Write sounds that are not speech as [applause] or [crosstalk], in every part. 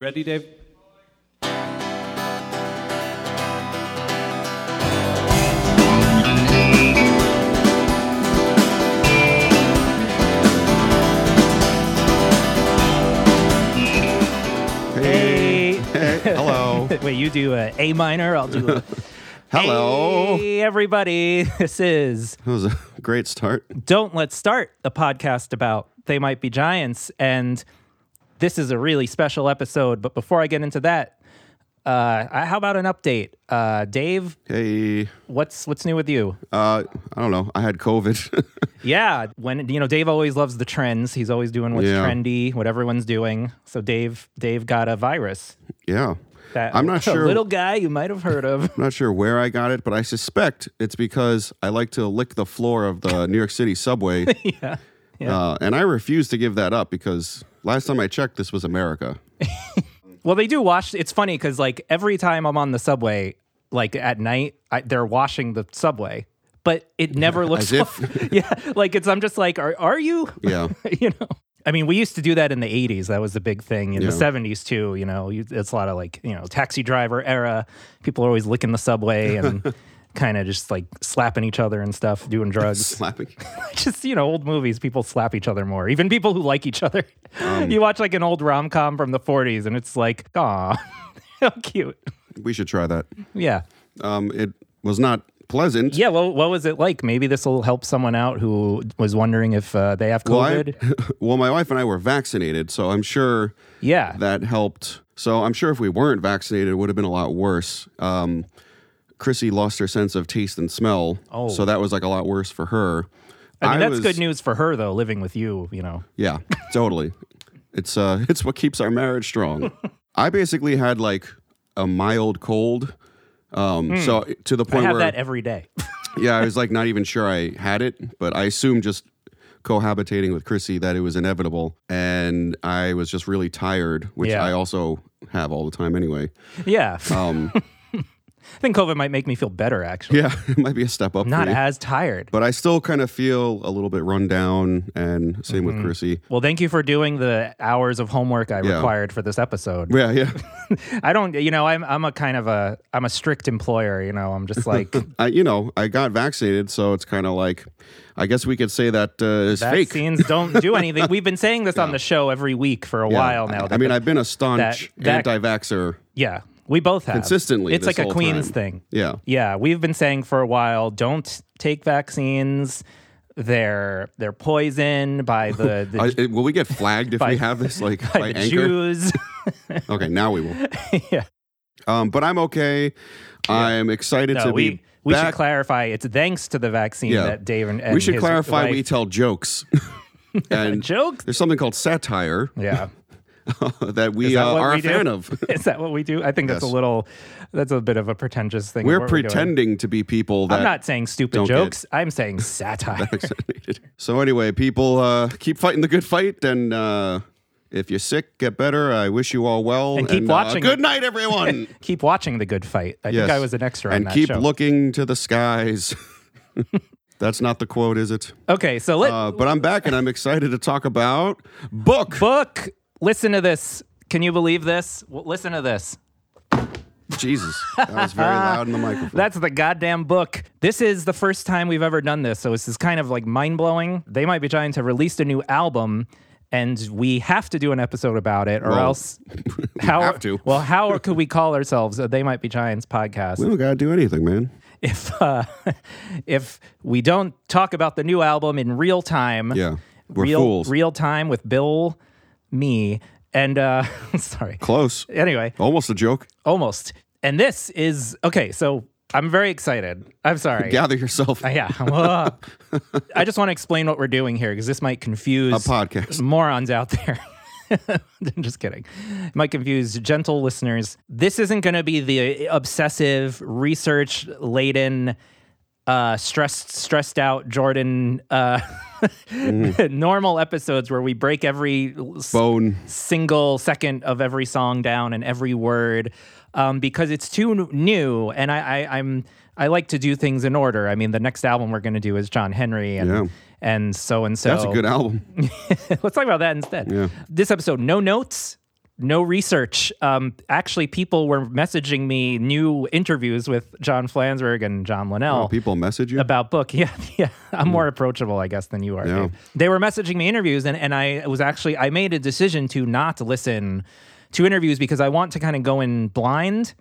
Ready, Dave? Hey. Hello. Wait, you do a A minor. I'll do a Hello. Hey, everybody. [laughs] This is That was a [laughs] great start. Don't Let's Start, the podcast about They Might Be Giants. And this is a really special episode. But before I get into that, uh, I- how about an update? Uh, Dave, Hey. what's what's new with you? Uh, I don't know. I had COVID. [laughs] Yeah, when you know Dave always loves the trends. He's always doing what's Yeah. trendy, what everyone's doing. So Dave, Dave got a virus. yeah. That I'm [laughs] not a sure- Little guy you might have heard of. I'm not sure where I got it, but I suspect it's because I like to lick the floor of the New York City subway. [laughs] yeah. Uh, and I refuse to give that up because last time I checked, this was America. Well, they do wash. It's funny because like every time I'm on the subway, like at night, I, they're washing the subway, but it never looks. as if. [laughs] yeah, like it's. I'm just like, are are you? Yeah. [laughs] [laughs] you know. I mean, we used to do that in the '80s. That was the big thing in Yeah. the '70s too. You know, you, it's a lot of like you know taxi driver era. People are always licking the subway [laughs] and kind of just like slapping each other and stuff, doing drugs. Slapping. [laughs] just you know old movies people slap each other more even people who like each other [laughs] Um, you watch like an old rom-com from the 40s and it's like aw [laughs] how cute We should try that. yeah Um, it was not pleasant. yeah well what was it like maybe this will help someone out who was wondering if uh, they have Well, I- covid [laughs] well, my wife and I were vaccinated, so I'm sure yeah that helped. So I'm sure if we weren't vaccinated, it would have been a lot worse. Um, Chrissy lost her sense of taste and smell, Oh. so that was like a lot worse for her. i mean that's was- good news for her though living with you you know Yeah, totally. It's uh, [laughs] it's what keeps our marriage [laughs] strong. I basically had like a mild cold, um, so to the Hmm. i point have where that every day [laughs] [laughs] yeah, I was like not even sure I had it, but I assumed just cohabitating with Chrissy that it was inevitable, and I was just really tired, which Yeah. I also have all the time anyway. [laughs] yeah Um, i think covid might make me feel better actually [laughs] Yeah, it might be a step up. not for you. as tired but I still kind of feel a little bit run down, and same Mm-hmm. with Chrissy. well thank you for doing the hours of homework i Yeah. required for this episode [laughs] Yeah, yeah. I don't, you know, I'm I'm a kind of a I'm a strict employer. You know, I'm [laughs] just like I, you know, I got vaccinated, so it's kind of like, I guess we could say that uh, is fake. vaccines don't do anything. We've been saying this on the show every week for a Yeah, while now. I, I that mean, the- I've been a staunch that- that- anti-vaxer yeah, we both have consistently. It's this like a whole Queens time. thing. Yeah, Yeah, we've been saying for a while, don't take vaccines. They're they're poison by [laughs] the, the I, it- will we get flagged [laughs] if we have this like by by the anchor? [laughs] Jews. [laughs] Okay, now we will. yeah, Um, but I'm okay. I'm excited no, to we be we should back. clarify. It's thanks to the vaccine Yeah. that Dave and, and we should his clarify. wife- We tell jokes, [laughs] and jokes. [laughs] there's something called [laughs] satire. Yeah. that we that uh, what are we a do? fan of. [laughs] Is that what we do? I think that's Yes. a little, that's a bit of a pretentious thing. of We're what doing. pretending to be people that. I'm [laughs] not saying stupid don't get- jokes. I'm saying [laughs] satire. so anyway, people uh, keep fighting the good fight, and uh, if you're sick, get better. I wish you all well, And keep uh, watching good it. night, everyone. keep watching [laughs] the good fight. I Yes. think I was an extra on and that keep show. looking to the skies. [laughs] That's not the quote, is it? okay, so let Uh, but I'm back, and I'm excited to talk about book. book. Listen to this. Can you believe this? W listen to this. Jesus, that [laughs] was very loud in the microphone. That's the goddamn book. This is the first time we've ever done this, so this is kind of like mind blowing. They might be trying to release a new album, and we have to do an episode about it, or Well, [laughs] else how have to. well how could we call ourselves a They Might Be Giants podcast? we don't gotta do anything, man. if uh, [laughs] if we don't talk about the new album in real time, Yeah, we're real fools. real time with Bill, me, and uh, [laughs] sorry. Close, Anyway, almost a joke. almost. And this is okay. So I'm very excited. I'm sorry. Gather yourself. [laughs] Yeah. I'm, uh, I just want to explain what we're doing here because this might confuse A podcast. morons out there. [laughs] I'm just kidding. It might confuse gentle listeners. This isn't going to be the obsessive, research laden, uh, stressed, stressed out Jordan. Uh, [laughs] Mm. normal episodes where we break every s- Bone. single second of every song down and every word um, because it's too n- new and I, I I'm I like to do things in order. I mean, the next album we're going to do is John Henry and Yeah. and so and so. [laughs] That's a good album. Let's talk about that instead. Yeah. This episode, no notes, no research. Um, actually, people were messaging me new interviews with John Flansburgh and John Linnell Oh, people message you? about book. [laughs] Yeah, yeah. I'm more approachable, I guess, than you are. Hmm. Yeah. Dave. They were messaging me interviews, and, and I was actually I made a decision to not listen to interviews because I want to kind of go in blind.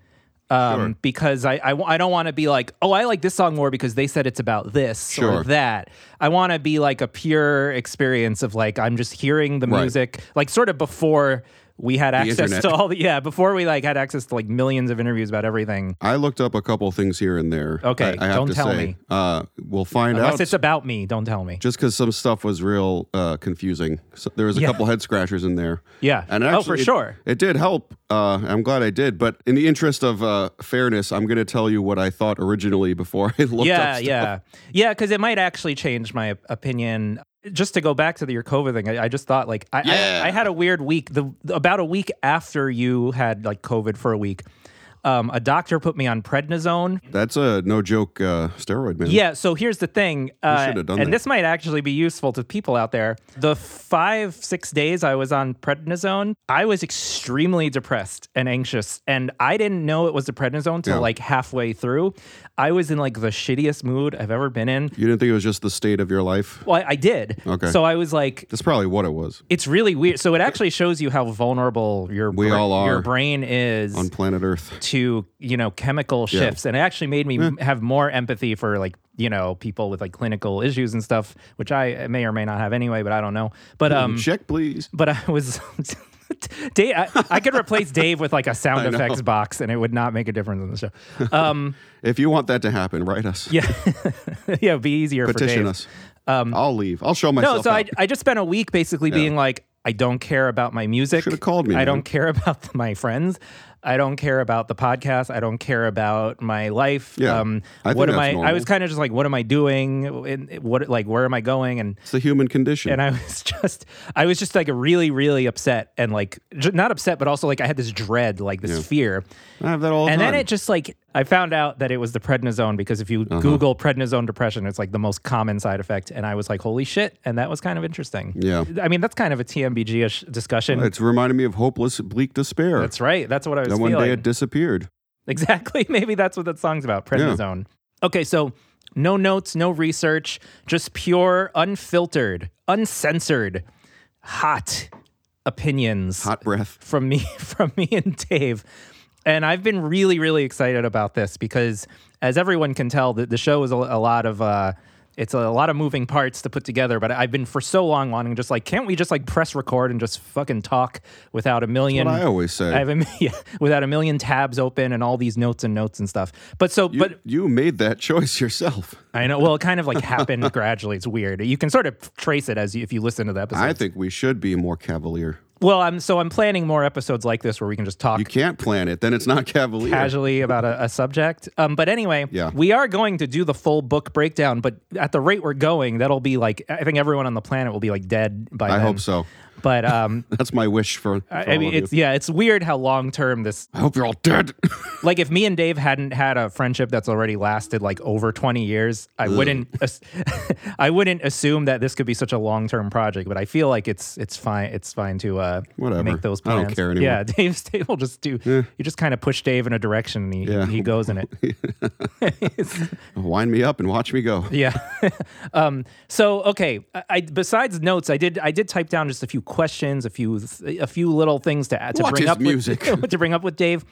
Um, Sure. because I, I, w- I don't want to be like, oh, I like this song more because they said it's about this or Sure. that. I want to be like a pure experience of like, I'm just hearing the Right. music, like sort of before we had access internet. to all the, yeah, before we like had access to like millions of interviews about everything. I looked up a couple things here and there. Okay, I, I have don't to tell say. me. Uh, we'll find Unless out. it's about me, don't tell me. just because some stuff was real uh, confusing. So there was a Yeah. couple head scratchers in there. Yeah. And Oh, actually, for it- sure. It did help. Uh, I'm glad I did. But in the interest of uh, fairness, I'm going to tell you what I thought originally before I [laughs] looked up. yeah, stuff. yeah, yeah. Because it might actually change my op- opinion. Just to go back to the your COVID thing, I, I just thought like I, Yeah. I I had a weird week. The about a week after you had like COVID for a week, um, a doctor put me on prednisone. That's a no joke uh, steroid, man. Yeah. So here's the thing, uh, should have done and that. this might actually be useful to people out there. The five six days I was on prednisone, I was extremely depressed and anxious, and I didn't know it was the prednisone till Yeah. like halfway through. I was in like the shittiest mood I've ever been in. You didn't think it was just the state of your life? Well, I, I did. Okay. So I was like, That's probably what it was it's really weird. So it actually shows you how vulnerable your We all are. your brain is on planet Earth. to you know chemical shifts, and it actually made me m have more empathy for like you know people with like clinical issues and stuff, which I may or may not have anyway, but I don't know. But Hmm. um, Check, please. but I was. [laughs] Dave, I, I could replace Dave with like a [laughs] sound know. effects box, and it would not make a difference on the show. Um, If you want that to happen, write us. yeah, [laughs] yeah, it'd be easier for Petition Dave. us. I'll leave. I'll show myself. No, so out. I, I just spent a week basically being like, I don't care about my music. Should've called me, I man. don't care [laughs] about my friends. I don't care about the podcast. I don't care about my life. Um, Yeah. I think what am that's I? I normal. was kind of just like, what am I doing? And what like where am I going? And it's the human condition. and I [laughs] was just, I was just like really, really upset and like j- not upset, but also like I had this dread, like this fear. I, have that all the And time. then it just like I found out that it was the prednisone because if you Uh-huh. Google prednisone depression, it's like the most common side effect. And I was like, holy shit! And that was kind of interesting. Yeah. I mean that's kind of a TMBG ish discussion. It's reminding me of hopeless, bleak despair. that's right. That's what I was then one feeling. day it disappeared. exactly. [laughs] Maybe that's what that song's about. Prednisone. Okay, so no notes, no research, just pure, unfiltered, uncensored, hot opinions Hot breath. from me [laughs] from me and Dave. And I've been really really excited about this because as everyone can tell the, the show is a, a lot of uh it's a lot of moving parts to put together, but I've been for so long wanting just like can't we just like press record and just fucking talk without a million What I always say. I have a, mi- [laughs] yeah, without a million tabs open and all these notes and notes and stuff. But so You- but you made that [laughs] choice yourself. I know well it kind of like happened [laughs] gradually. It's weird. You can sort of trace it as you, if you listen to the episode. I think we should be more cavalier. well, I'm so I'm planning more episodes like this where we can just talk You can't plan it, then it's not cavalier. casually about a, a subject. Um, but anyway, Yeah. we are going to do the full book breakdown, but at the rate we're going, that'll be like I think everyone on the planet will be like dead by I then. hope so. But [laughs] um, That's my wish for, for I I all mean, of you. it's yeah, it's weird how long term this. I hope you're all dead. [laughs] Like, if me and Dave hadn't had a friendship that's already lasted like over twenty years, I wouldn't, as- [laughs] I wouldn't assume that this could be such a long term project. But I feel like it's it's fine. It's fine to uh Whatever. make those I don't plans. care anymore. Eh. Yeah, [laughs] Dave's Dave will just do. You just kind of push Dave in a direction, and he Yeah. he goes in it. It's- Wind me up and watch me go. yeah. [laughs] um, so okay, I, I besides notes, I did I did type down just a few questions, a few a few little things to add to What bring is up music? With, [laughs] to bring up with Dave.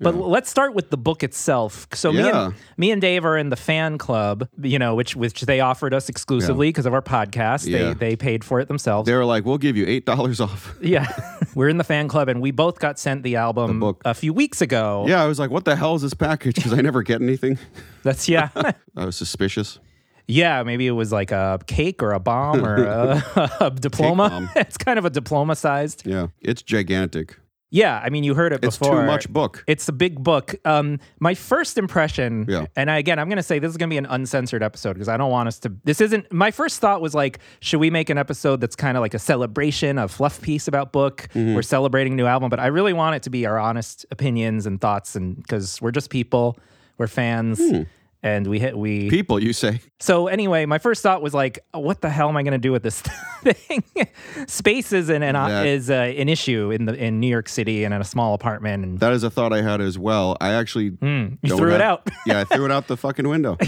But let's start with the book itself. So me Yeah. and me and Dave are in the fan club, you know, which which they offered us exclusively because of our podcast. They Yeah. they paid for it themselves. They were like, we'll give you $8 off. yeah. [laughs] We're in the fan club and we both got sent the album book. a few weeks ago. Yeah, I was like, what the hell is this package? Because I never get anything. [laughs] That's yeah. I was suspicious. Yeah, maybe it was like a cake or a bomb or [laughs] a, a diploma. bomb. [laughs] it's kind of a diploma sized. Yeah, it's gigantic. Yeah, I mean, you heard it It's before. too much book. It's a big book. Um, my first impression, Yeah. and I, again, I'm going to say this is going to be an uncensored episode because I don't want us to. This isn't. My first thought was like, should we make an episode that's kind of like a celebration, a fluff piece about book? Mm-hmm. We're celebrating new album, but I really Hmm. want it to be our honest opinions and thoughts, and because we're just people, we're fans. and we hit we People, you say. so anyway, my first thought was like, uh, what the hell am I going to do with this [laughs] thing? Space is an, an That- is uh, an issue in the in New York City and in a small apartment. And That is a thought I had as well. I actually Hmm. you don't threw it have- out. [laughs] yeah, I threw it out the fucking window. [laughs]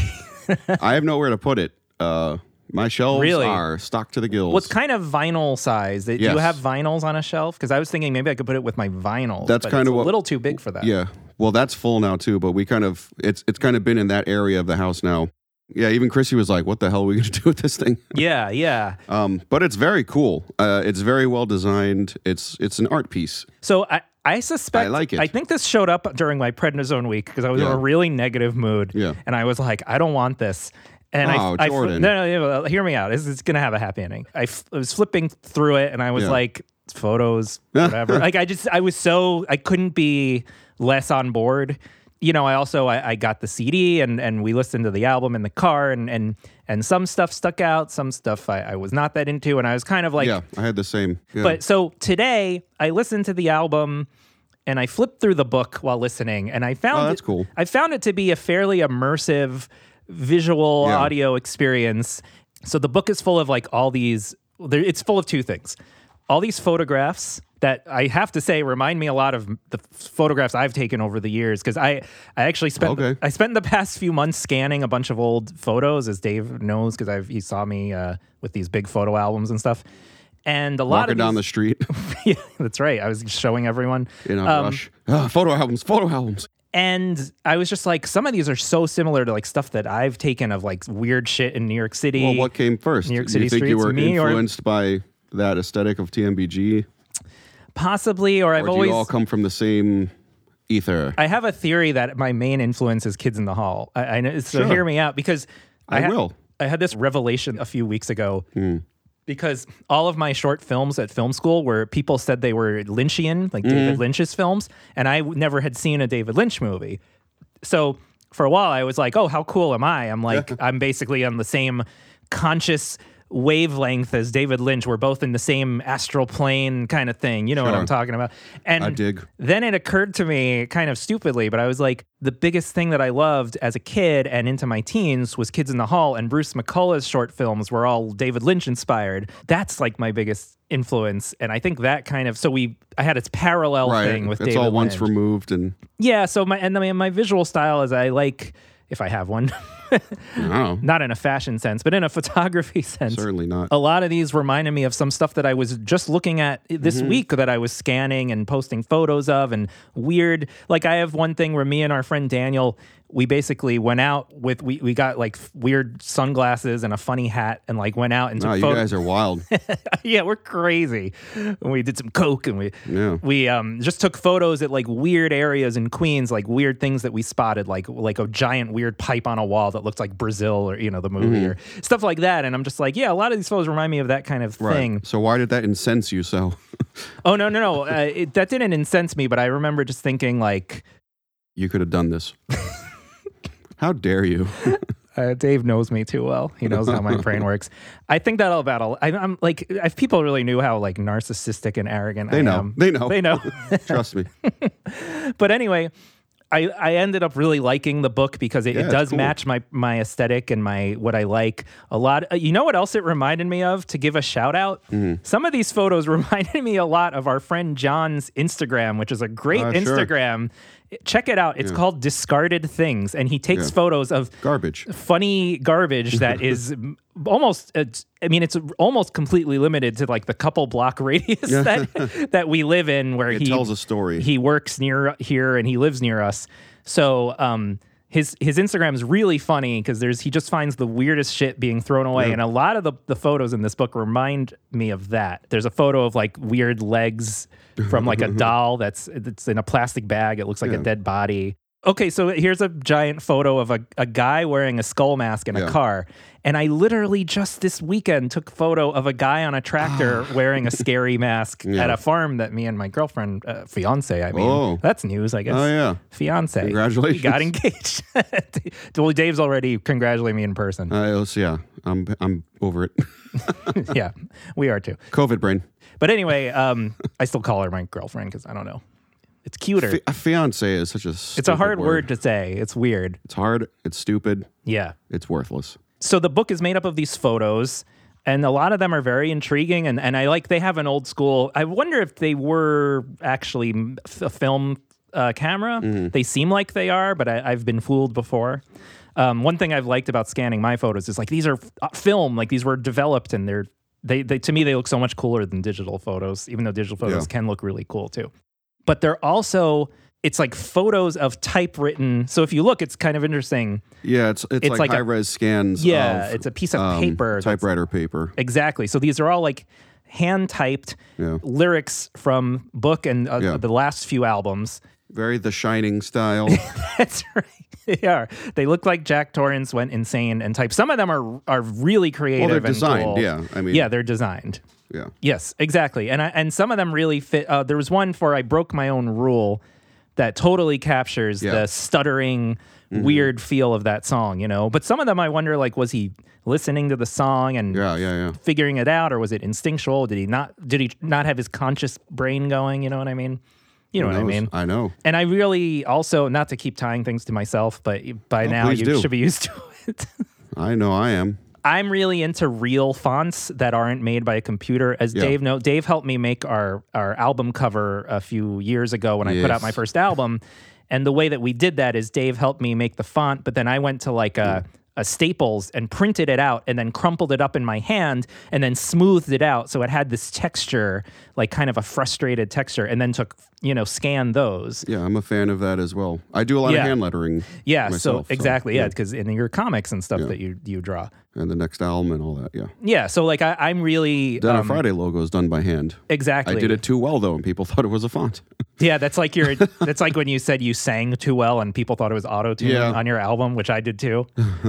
I have nowhere to put it. Uh, my shelves Really? are stocked to the gills. Well, it's kind of vinyl size. Do you Yes. have vinyls on a shelf? Because I was thinking maybe I could put it with my vinyls. That's but kind it's of a what- little too big for that. yeah. Well, that's full now too, but we kind of it's it's kind of been in that area of the house now. Yeah, even Chrissy was like, "What the hell are we going to [laughs] do with this thing?" yeah, yeah. Um, but it's very cool. Uh, it's very well designed. It's it's an art piece. So I, I suspect I like it. I think this showed up during my prednisone week because I was in Yeah. a really negative mood. Yeah. And I was like, I don't want this. And Oh, I, I Jordan. no, no, no, no, hear me out. This is gonna have a happy ending. I, f- I was flipping through it and I was Yeah. like, [laughs] photos, whatever. like I just I was so I couldn't be less on board. You know, I also I, I got the CD and and we listened to the album in the car and and and some stuff stuck out, some stuff I, I was not that into, and I was kind of like yeah, I had the same. Yeah. but so today I listened to the album and I flipped through the book while listening and I found Oh, that's it- cool. I found it to be a fairly immersive visual Yeah. audio experience. So the book is full of like all these there, it's full of two things. All these photographs that I have to say remind me a lot of the photographs I've taken over the years because I I actually spent Okay. I spent the past few months scanning a bunch of old photos, as Dave knows, because I've he saw me uh, with these big photo albums and stuff. And a lot walking of down these- the street [laughs] yeah, that's right. I was showing everyone, Um, [laughs] in a rush. Ah, photo albums, photo albums. and I was just like, some of these are so similar to like stuff that I've taken of like weird shit in New York City. Well, what came first? New York Do City you think you streets, were me or- influenced by that aesthetic of TMBG, Possibly, or I've or do always. you all come from the same ether? I have a theory that my main influence is Kids in the Hall. I, I know, so Sure. hear me out because I will. Hmm. I had this revelation a few weeks ago because all of my short films at film school were people said they were Lynchian, like David Hmm. Lynch's films, and I w- never had seen a David Lynch movie. So for a while, I was like, "Oh, how cool am I?" I'm [laughs] like, I'm basically on the same conscious wavelength as David Lynch. We're both in the same astral plane kind of thing. You know what Sure. I'm talking about? And I dig. then it occurred to me kind of stupidly, but I was like, the biggest thing that I loved as a kid and into my teens was Kids in the Hall, and Bruce McCullough's short films were all David Lynch inspired. That's like my biggest influence. And I think that kind of so we I had its parallel Right, thing with it's David all once Lynch. removed, and yeah, so my and my, my visual style is I like if I have one, [laughs] I don't know, not in a fashion sense, but in a [laughs] photography sense certainly not. a lot of these reminded me of some stuff that I was just looking at this week that I was scanning and posting photos of and weird. Like I have one thing where me and our friend Daniel, we basically went out with we we got like f- weird sunglasses and a funny hat and like went out and took No, Oh, you photos. guys [laughs] are wild. yeah, we're crazy. And we did some coke and we Yeah. we um just took photos at like weird areas in Queens, like weird things that we spotted, like like a giant weird pipe on a wall that looked like Brazil or you know the movie Mm-hmm. or stuff like that. And I'm just like, yeah, a lot of these photos remind me of that kind of Right. thing. So why did that incense you so? Oh no no no, uh, it, that didn't incense me, but I remember just thinking like. You could have [laughs] done this. How dare you? Uh, Dave knows me too well. He knows how my [laughs] brain works. I think that'll about. all- I, I'm like, if people really knew how like narcissistic and arrogant I They know. am, They know. they know. [laughs] Trust me. but anyway, I, I ended up really liking the book because it, Yeah, it it's does cool. match my my aesthetic and my what I like a lot. Uh, You know what else it reminded me of? To give a shout out, Mm-hmm. some of these photos [laughs] reminded me a lot of our friend John's Instagram, which is a great Ah, sure. Instagram. Check it out. It's called Discarded Things, and he takes Yeah. photos of [laughs] Garbage. funny garbage [laughs] that is m- almost it's, i mean it's almost completely limited to like the couple block [laughs] radius that that we live in where he tells a story. he works near here and he lives near us so um his his instagram is really funny because there's he just finds the weirdest shit being thrown away and a lot of the, the photos in this book remind me of that there's a photo of like weird legs from [laughs] like a doll that's it's in a plastic bag it looks like a Yeah. dead body Okay, so here's a giant photo of a, a guy wearing a skull mask in Yeah. a car. And I literally just this weekend took photo of a guy on a tractor wearing a scary mask Ah. [laughs] Yeah. at a farm that me and my girlfriend, uh, fiance, I mean, Oh. that's news, I guess. Oh yeah. Fiance. Congratulations. We got [laughs] engaged. [laughs] well, Dave's already congratulating me in [laughs] person. Uh, it was- yeah. I'm I'm over it. [laughs] yeah, we are too. COVID brain. But anyway, um, I still call her my girlfriend because I don't know. It's cuter. Fi- a fiance is such a. it's a hard word to say. It's weird. It's hard. It's stupid. Yeah. It's worthless. so the book is made up of these photos and a lot of them are very intriguing and, and i like they have an old school i wonder if they were actually m- f- a film uh, camera Mm-hmm. they seem like they are but I, i've been fooled before um, one thing i've liked about scanning my photos is like these are f- uh, film like these were developed and they're they, they to me they look so much cooler than digital photos even though digital photos Yeah. can look really cool too but they're also it's like photos of typewritten so if you look it's kind of interesting Yeah, it's it's, It's like, like a- high res scans. yeah of, it's a piece of um, paper that's- typewriter paper. Exactly. So these are all like hand typed Yeah, lyrics from book and uh, Yeah. the last few albums. [laughs] very The Shining style. That's right. They are. They look like Jack Torrance went insane and typed. Some of them are are really creative. well, they're and designed. cool. Yeah, I mean, Yeah, they're designed. yeah. Yes, exactly. And I, and some of them really fit. Uh, there was one for I broke my own rule that totally captures Yeah. Mm-hmm. the stuttering weird feel of that song, you know. But some of them I wonder like was he listening to the song and Yeah, yeah, yeah. figuring it out or was it instinctual did he not did he not have his conscious brain going you know what i mean you know what i Knows? mean I know. and i really also not to keep tying things to myself but by now please you do. should be used to [laughs] it I know. I am. i'm really into real fonts that aren't made by a computer as Yeah. dave no dave helped me make our our album cover a few years ago when i put out Yes. my first album and the way that we did that is dave helped me make the font but then i went to like a Mm. a Staples and printed it out and then crumpled it up in my hand and then smoothed it out. So it had this texture, like kind of a frustrated texture, and then took, you know, scan those. Yeah, I'm a fan of that as well. I do a lot Yeah. of hand lettering. Yeah. myself, so exactly. yeah. Because in your comics and stuff that you, you draw. And the next album and all that. Yeah. Yeah. So like I, I'm really. Down um, on Friday logo is done by hand. Exactly. I did it too well though, and people [laughs] thought it was a font. Yeah, that's like [laughs] your. that's like when you said you sang too well and people thought it was auto tune Yeah. on your album, which I did [laughs] too,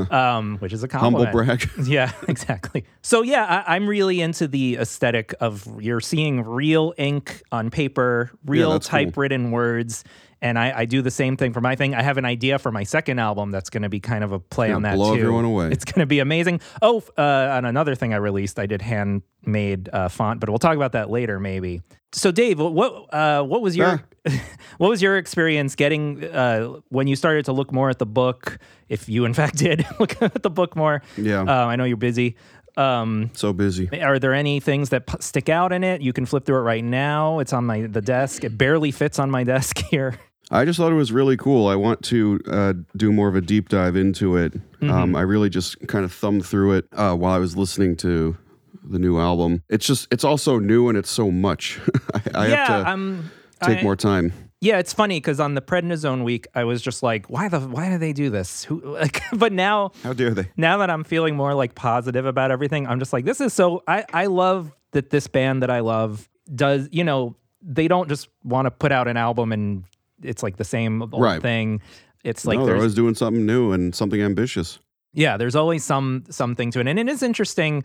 um, which is a Humble compliment. brag. [laughs] [laughs] Yeah, exactly. So yeah, I, I'm really into the aesthetic of you're seeing real ink on paper, real that's cool. typewritten words, and I, I do the same thing for my thing. I have an idea for my second album that's going to be kind of a play on that blow too. everyone away. It's going to be amazing. Oh, f- uh, on another thing I released, I did handmade uh, font, but we'll talk about that later maybe. So Dave, what uh, what was your [laughs] what was your experience getting uh, when you started to look more at the book? If you in [laughs] fact did look at the book more, Yeah. uh, I know you're busy. Um, so busy. are there any things that p- stick out in it? You can flip through it right now. It's on my the desk. It barely fits on my [laughs] desk here. I just thought it was really cool. I want to uh, do more of a deep dive into it. Mm-hmm. Um, I really just kind of thumbed through it uh, while I was listening to the new album. It's just, it's all so new and it's so much. [laughs] I, I yeah, have to um, take I- more time. Yeah, it's funny because on the prednisone week, I was just like, why the why do they do this? Who? [laughs] Like, but now How dare they? now that I'm feeling more like positive about everything, I'm just like, this is so. I I love that this band that I love does. You know, they don't just want to put out an album and it's like the same old Right. thing. It's like no, Oh, they're there's always doing something new and something ambitious. yeah, there's always some something to it, and it is interesting.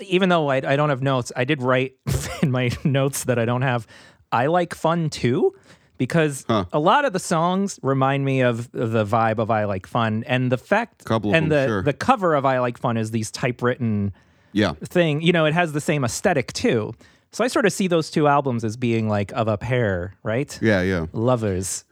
Even though I, I don't have notes, I did write [laughs] in my notes that I don't have. I like fun too, because Huh. a lot of the songs remind me of the vibe of I like fun, and the fact Couple of and them, the sure. the cover of I like fun is these typewritten Yeah. thing. You know, it has the same aesthetic too. So I sort of see those two albums as being like of a pair, right? Yeah. Yeah. Lovers.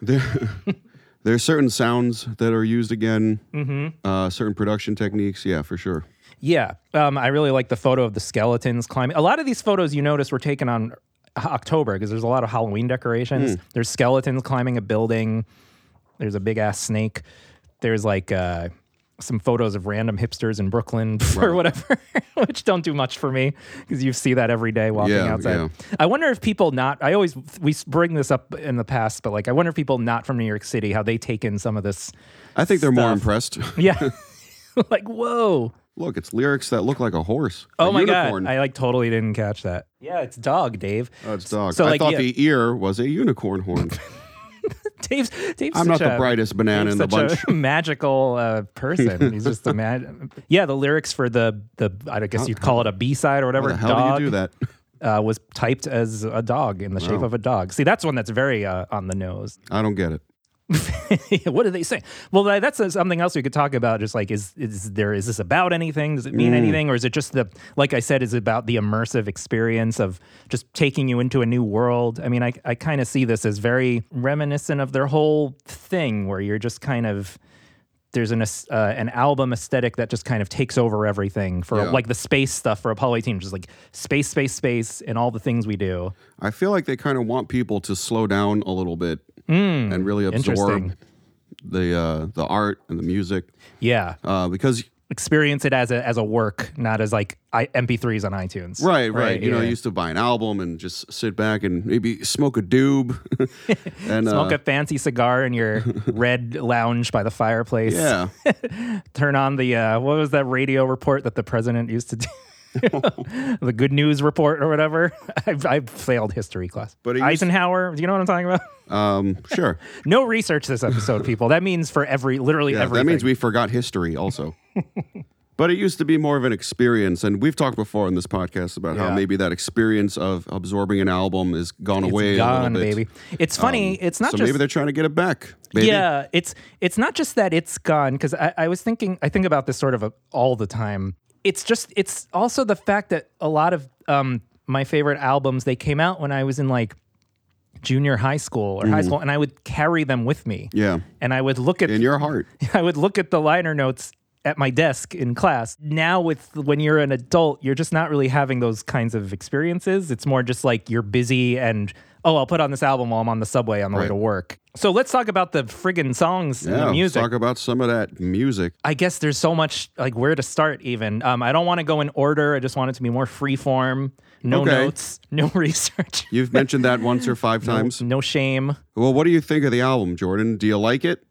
There's certain sounds that are used again, Mm-hmm. uh, certain production techniques. Yeah, for sure. Yeah, um, I really like the photo of the skeletons climbing. A lot of these photos you notice were taken on H- October because there's a lot of Halloween Hmm. decorations. There's skeletons climbing a building. There's a big ass snake. There's like uh, some photos of random hipsters in Brooklyn [laughs] or whatever, which don't do much for me because you see that every day walking Yeah, outside. yeah. I wonder if people not. I always we bring this up in the past, but like I wonder if people not from New York City how they take in some of [laughs] this. I think they're more Stuff. impressed. [laughs] Yeah, [laughs] like whoa. Look, it's lyrics that look like a horse. Oh a my unicorn. god! I like totally didn't catch that. Yeah, it's dog, Dave. Oh, it's dog. So, I like, thought yeah. the ear was a unicorn [laughs] horn. Dave's Dave's. I'm not such the a, brightest banana in Dave's the such bunch. a [laughs] magical uh, person. [laughs] He's just a mad. Yeah, the lyrics for the the I guess you'd call it a B side or whatever. How the hell dog, do you do that? Uh, was typed as a dog in the shape of a dog. See, that's one that's very uh, on the nose. I don't get it. [laughs] what do they say? Well, that- that's something else we could talk about. Just like, is is there is this about anything? Does it mean anything, or is it just the like I said, is it about the immersive experience of just taking you into a new world? I mean, I I kind of see this as very reminiscent of their whole thing, where you're just kind of there's an aes- uh, an album aesthetic that just kind of takes over everything for Yeah. like the space stuff for Apollo 18, just like space, space, space, and all the things we do. I feel like they kind of want people to slow down a little bit and really absorb interesting. the uh, the art and the music Yeah, uh, because experience it as a as a work, not as like I, MP3s on iTunes. right, right, you know, yeah. I used to buy an album and just sit back and maybe smoke a doob [laughs] and smoke uh, a fancy cigar in your [laughs] red lounge by the fireplace. yeah, Turn on the uh, what was that radio report that the president used [laughs] to do? the good news report or whatever. [laughs] I've, I've failed history class. But he used- Eisenhower, do you know what I'm talking about? [laughs] um, sure. No research this episode, people. That means for every, literally Yeah, everything. that means we forgot [laughs] history also. but it used to be more of an experience, and we've talked before in this podcast about how Yeah. maybe that experience of absorbing an album is gone It's away gone, a little bit. Um, baby. It's funny. it's not so just maybe they're trying to get it back. Maybe. Yeah, it's it's not just that it's gone because I, I was thinking I think about this sort of a, all the time. It's just it's also the fact that a lot of um, my favorite albums they came out when I was in like junior high school or high school, and I would carry them with me. Mm. Yeah. and I would look at In your heart. [laughs] I would look at the liner notes at my desk in class. Now with when you're an adult, you're just not really having those kinds of experiences. It's more just like you're busy and oh, I'll put on this album while I'm on the subway on the way Right. to work. So let's talk about the friggin' songs and Yeah, the music. Talk about some of that music. I guess there's so much like where to start even. Um, I don't want to go in order. I just want it to be more free form, no Okay. notes, [laughs] no research, You've mentioned that once or five times. [laughs] no shame. Well, what do you think of the album, Jordan? Do you like it?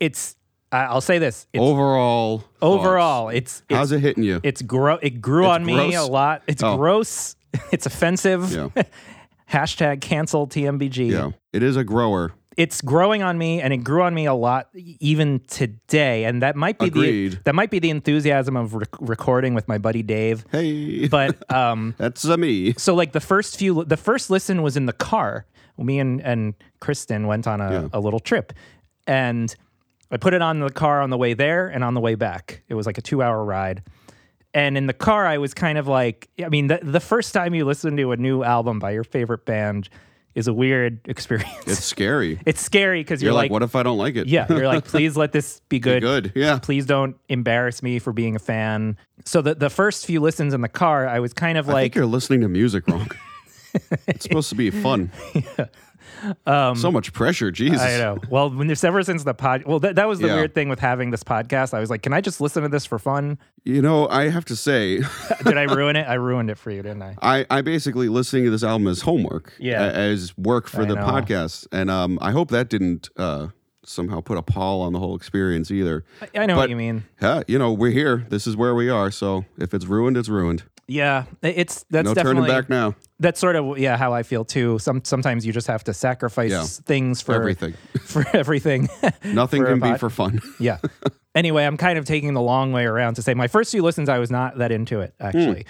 It's I I'll say this. It's Overall. thoughts. overall, it's, it's How's it hitting you? It's gro- it grew on me gross? a lot. It's Oh. gross. [laughs] It's offensive. Yeah. [laughs] Hashtag cancel TMBG. yeah. It is a grower. It's growing on me and it grew on me a lot e- even today. And that might be Agreed. the that might be the enthusiasm of rec- recording with my buddy Dave. Hey. But [laughs] um That's [laughs] a me. so like the first few the first listen was in the car me and and kristen went on a, a little trip and i put it on the car on the way there and on the way back it was like a two hour ride and in the car i was kind of like i mean the, the first time you listen to a new album by your favorite band is a weird [laughs] experience it's, It's scary. scary because you're, You're like, like, what if I don't like it? yeah you're like please let this be good Good. Yeah. please don't embarrass me for being a fan so the, the first few listens in the car i was kind of I like think you're listening to [laughs] music wrong. it's supposed to be fun. so much pressure, Jesus. Um, I know. Well, when there's ever since the pod, well, that, that was the Yeah. weird thing with having this podcast. I was like, can I just listen to this for fun? You know, I have to say, Did I ruin it? I ruined it for you, didn't I? I, I basically listening to this album as homework, Yeah. a- as work for I the know. podcast, and um, I hope that didn't uh, somehow put a pall on the whole experience either. I know But- what you mean. Yeah, you know, we're here. This is where we are. So if it's ruined, it's ruined. Yeah, i- it's that's No turning definitely back now. that's sort of yeah how I feel too. Some sometimes you just have to sacrifice Yeah. things for Everything. [laughs] for everything. [laughs] Nothing For a can be pod- for fun. [laughs] yeah. Anyway, I'm kind of taking the long way around to say my first few listens, I was not that into Hmm. it actually.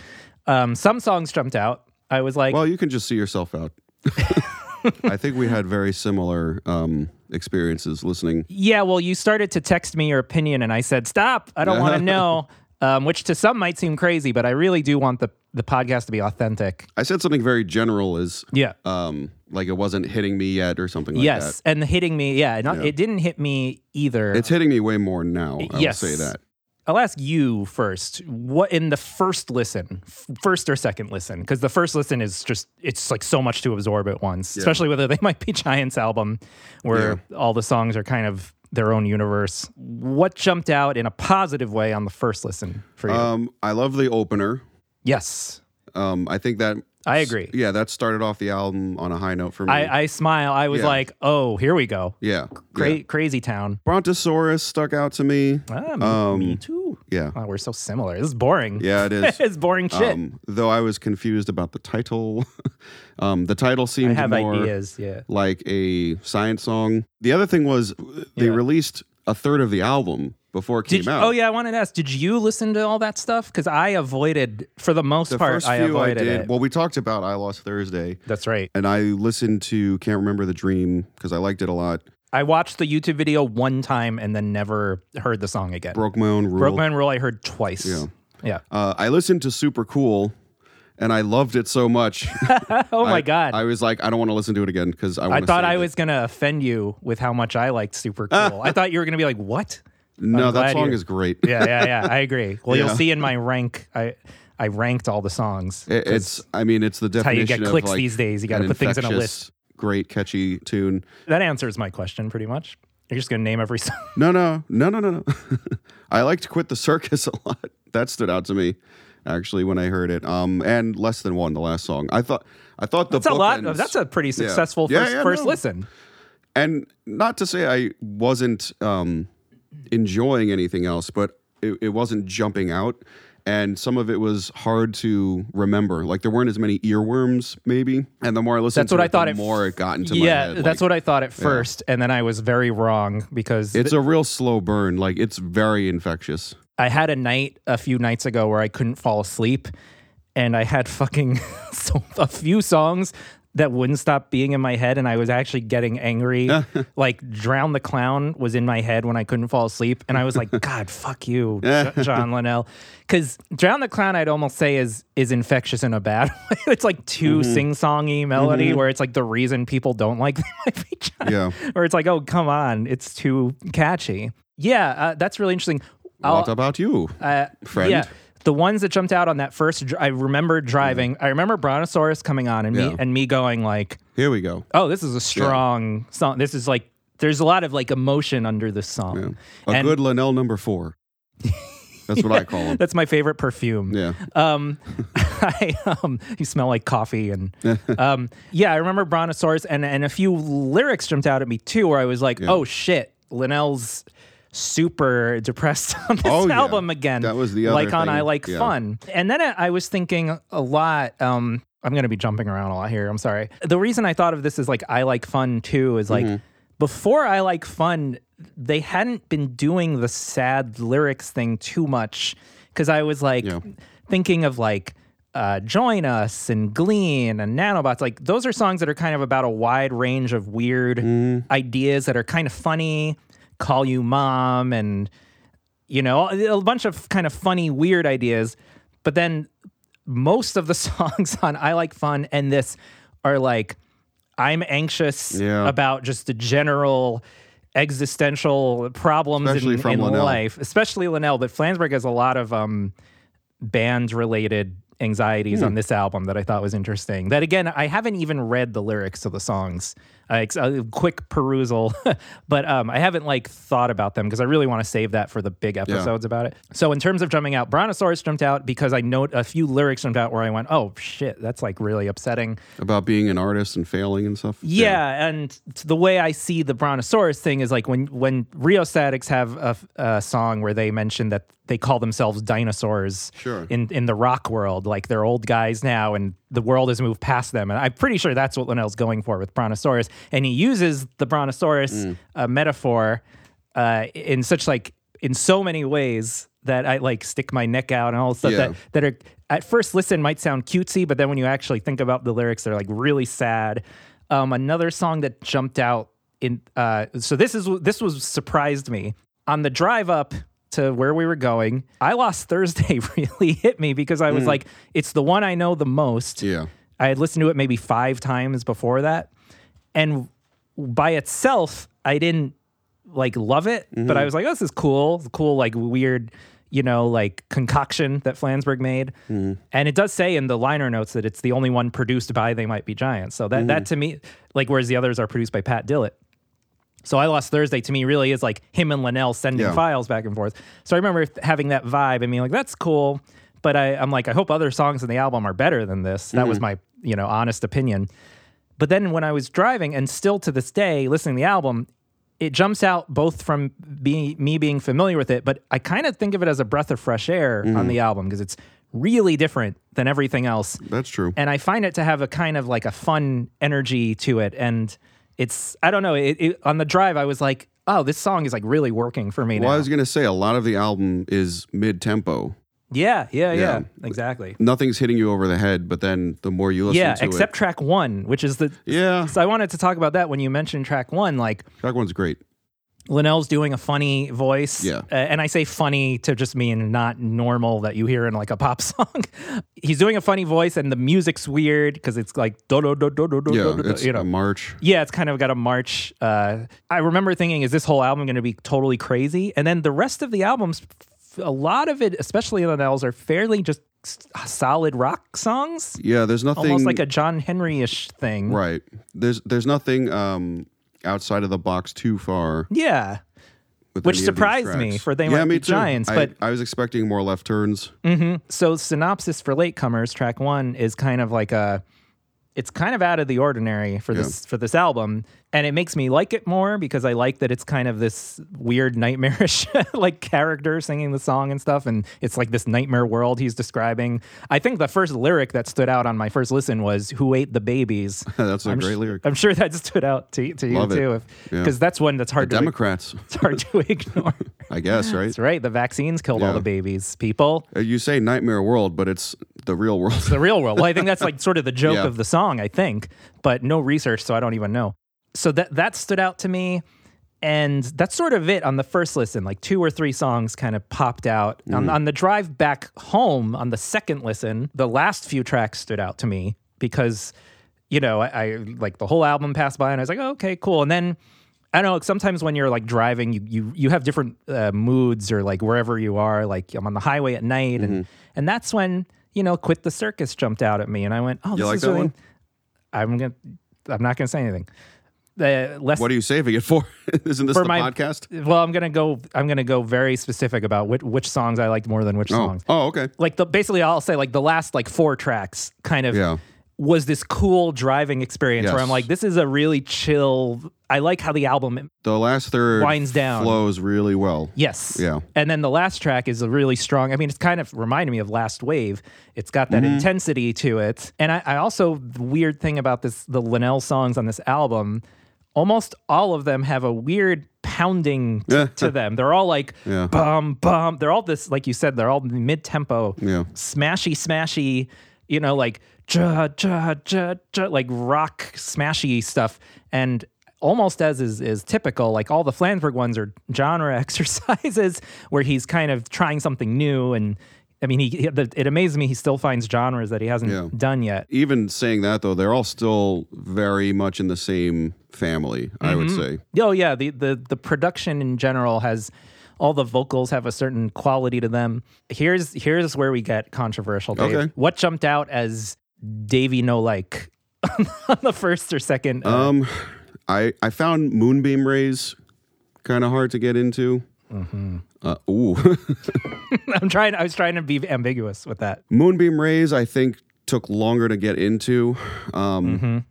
Um, some songs jumped out. I was like, well, you can just see [laughs] yourself out. I think we had very similar um, experiences listening. Yeah, well, you started to text me your opinion, and I said, "Stop! I don't want to know." [laughs] Um, which to some might seem crazy, but I really do want the the podcast to be authentic. I said something very general, is Yeah. um, like it wasn't hitting me yet or something like that. yes, and hitting me. Yeah, not, it didn't hit me either. It's hitting me way more now. I yes. will say that. I'll ask you first. What in the first listen, f- first or second listen? Because the first listen is just it's like so much to absorb at once, especially whether [laughs] they might be Giants album, where all the songs are kind of their own universe. What jumped out in a positive way on the first listen for you? Um, I love the opener. yes. Um, I think that I agree. yeah, that started off the album on a high note for me. I, I smile. I was Yeah. like, oh, here we go. yeah, Cra- yeah. Crazy town. Brontosaurus stuck out to me. Ah, me, me too. Yeah, Wow, we're so similar. This is boring. Um, [laughs] yeah, it is. it's boring shit. um, though I was confused about the title. [laughs] um, the title I seemed have more ideas. Yeah. like a science song. The other thing was they Yeah. released a third of the album before it Did came you, out. oh yeah, I wanted to ask. Did you listen to all that stuff? Because I avoided, for the most the part, first I few I avoided did. it. Well, we talked about I Lost Thursday, That's right. and I listened to Can't Remember the Dream because I liked it a lot. I watched the YouTube video one time and then never heard the song again. Broke my own rule. Broke Man Rule I heard twice. Yeah. Uh, I listened to Super Cool, and I loved it [laughs] so much. Oh my I- god. I, I was like, I don't want to listen to it again because I. wanna thought save I it. was gonna offend you with how much I liked Super [laughs] Cool. I thought you were gonna be like, "What?" No, I'm that glad song you- is great. Yeah, yeah, yeah. I [laughs] agree. Well, Yeah. you'll see in my rank. I I ranked all the songs. It- it's. I mean, it's the how you definition get of clicks like these days. You an gotta put things in a infectious, Great catchy tune. That answers my question pretty much. You're just gonna name every [laughs] song. No, no, no, no, [laughs] no, no. I liked Quit the Circus [laughs] a lot. That stood out to me, actually, when I heard it. Um, and Less Than One, the last song. I thought, I thought the That's a lot. bookends- That's a pretty successful Yeah, first yeah, first no. listen. and not to say I wasn't um, enjoying anything else, but it, it wasn't jumping out. And some of it was hard to remember. Like there weren't as many earworms, maybe. And the more I listened That's what to I it, the thought. it more it got into my yeah, head. that's Like, what I thought at first, and then I was very wrong because it's a real slow burn. Like it's very infectious. I had a night a few nights ago where I couldn't fall asleep, and I had fucking [laughs] so, a few songs that wouldn't stop being in my head, and I was actually getting angry. like "Drown the Clown" was in my head when I couldn't fall asleep, and I was like, "God, fuck you, Jo- John Linnell," because "Drown the Clown" I'd almost say is is infectious in a bad [laughs] way. it's like too sing-songy melody where it's like the reason people don't like [laughs] my feature Yeah. or it's like, oh, come on, it's too catchy. Yeah, uh, that's really interesting. I'll- what about you? uh, friend? Yeah, the ones that jumped out on that first, dr- I remember driving. I remember Brontosaurus coming on and Yeah. me and me going like, Here we go. oh, this is a strong song. This is like, there's a lot of like emotion under this song. A And- good Linnell number four. That's what I call [laughs] him. That's my favorite perfume. Yeah. Um, [laughs] I, um, you smell like coffee [laughs] and um, yeah, I remember Brontosaurus and and a few lyrics jumped out at me too, where I was like, oh shit, Linnell's super depressed on this Oh, yeah. album again. That was the other like on thing. I Like Yeah. Fun, and then I I was thinking a lot. Um, I'm gonna be jumping around a lot here. I'm sorry. The reason I thought of this is like I Like Fun too is like Mm-hmm. before I Like Fun. They hadn't been doing the sad lyrics thing too much because I was like, Yeah. thinking of like uh, Join Us and Glean and Nanobots. Like those are songs that are kind of about a wide range of weird Mm-hmm. ideas that are kind of funny. Call You Mom and you know a bunch of kind of funny weird ideas. But then most of the [laughs] songs on I Like Fun and this are like I'm anxious Yeah. about just the general existential problems Especially in, from in Linnell. life, especially Linnell. But Flansburgh has a lot of um, band related anxieties Hmm. on this album that I thought was interesting. That again, I haven't even read the lyrics to the songs. Uh, ex- a quick perusal, [laughs] but um, I haven't like thought about them because I really want to save that for the big episodes about it. So in terms of jumping out, Brontosaurus jumped out because I note a few lyrics jumped out where I went, "Oh shit, that's like really upsetting." About being an artist and failing and stuff. Yeah, and t- the way I see the Brontosaurus thing is like when when Rio Statics have a, f- a song where they mention that they call themselves dinosaurs Sure. in in the rock world, like they're old guys now, and the world has moved past them. And I'm pretty sure that's what Linnell's going for with Brontosaurus, and he uses the Brontosaurus Mm. uh, metaphor uh, in such like in so many ways that I like stick my neck out and all stuff Yeah. that that are at first listen might sound cutesy, but then when you actually think about the lyrics, they're like really sad. Um, another song that jumped out in uh, so this is this was surprised me on the drive up to where we were going. I lost Thursday [laughs] really hit me because I was like, it's the one I know the most. Yeah. I had listened to it maybe five times before that, and by itself, I didn't like love it, but I was like, oh, this is cool, cool, like weird, you know, like concoction that Flansburgh made. And it does say in the liner notes that it's the only one produced by They Might Be Giants. So that that to me, like, whereas the others are produced by Pat Dillett. So I lost Thursday to me really is like him and Linnell sending Yeah. files back and forth. So I remember th- having that vibe and being like, that's cool. But I, I'm like, I hope other songs in the album are better than this. That was my, you know, honest opinion. But then when I was driving and still to this day listening to the album, it jumps out both from being me being familiar with it, but I kind of think of it as a breath of fresh air on the album because it's really different than everything else That's true. and I find it to have a kind of like a fun energy to it. And it's I don't know. It, it, on the drive, I was like, oh, this song is like really working for me Well, now. I was gonna say a lot of the album is mid tempo. yeah, yeah, yeah, Yeah. exactly. Nothing's hitting you over the head, but then the more you listen Yeah, to except track one, which is the. it, yeah, So I wanted to talk about that when you mentioned track one, like track one's great. Linnell's doing a funny voice. Yeah. Uh, and I say funny to just mean not normal that you hear in like a pop [laughs] song. He's doing a funny voice and the music's weird because it's like do do do do do do Yeah, do, do, it's you know. a march. yeah, it's kind of got a march. Uh, I remember thinking, is this whole album going to be totally crazy? And then the rest of the albums, f- a lot of it, especially Linnell's, are fairly just s- solid rock songs, Yeah, there's nothing almost like a John Henry ish thing. right. There's there's nothing um outside of the box too far. Yeah. With Which any of these surprised me, tracks. for They yeah, Might me Be too. Giants, I- but- I was expecting more left turns. [laughs] so synopsis for latecomers track one is kind of like a it's kind of out of the ordinary for this for this album and it makes me like it more because i like that it's kind of this weird nightmarish [laughs] like character singing the song and stuff and it's like this nightmare world he's describing i think the first lyric that stood out on my first listen was who ate the babies [laughs] That's a I'm great sh- [laughs] lyric. i'm sure that stood out to, to you Love it. too Yeah. because that's one that's hard to Democrats, it's [laughs] hard to ignore I guess, right? that's right the vaccines killed all Yeah. the babies people Uh, You say nightmare world, but it's the real world. [laughs] the real world. Well, I think that's like sort of the joke Yeah. of the song, I think, but no research, so I don't even know. So that that stood out to me, and that's sort of it on the first listen. Like two or three songs kind of popped out Mm. on, on the drive back home on the second listen. The last few tracks stood out to me because, you know, I, I like the whole album passed by, and I was like, oh, okay, cool, and then. I don't know. Sometimes when you're like driving, you you, you have different uh, moods or like wherever you are. Like I'm on the highway at night, and Mm-hmm. and that's when you know, quit the circus jumped out at me, and I went, oh, this like is that really. one? I'm gonna. I'm not gonna say anything. The less What are you saving it for? [laughs] Isn't this For the my- podcast? well, I'm gonna go. I'm gonna go very specific about which which songs I liked more than which Oh, songs. oh, okay. Like the basically, I'll say like the last like four tracks kind of Yeah. was this cool driving experience where I'm Yes. like, this is a really chill. I like how the album The last third Winds down. flows really well. Yes. Yeah. And then the last track is a really strong. I mean, it's kind of reminded me of Last Wave. It's got Mm-hmm. that intensity to it. And I, I also the weird thing about this the Linnell songs on this album, almost all of them have a weird pounding t- Yeah. to them. They're all like Yeah. bum bum. They're all this like you said. They're all mid tempo. Yeah. Smashy smashy. You know, like ja ja ja ja, like rock smashy stuff and almost as is, is typical like all the flansburgh ones are genre [laughs] exercises where he's kind of trying something new and i mean he, he the, it amazes me he still finds genres that he hasn't Yeah. done yet Even saying that though, they're all still very much in the same family. I would say. oh yeah the, the the production in general has all the vocals have a certain quality to them here's here's where we get controversial Dave. Okay. what jumped out as davey no like on [laughs] the first or second uh, Um, I I found moonbeam rays kind of hard to get into. Mm-hmm. Uh, ooh, [laughs] i'm trying i was trying to be ambiguous with that moonbeam rays. I think took longer to get into. Um,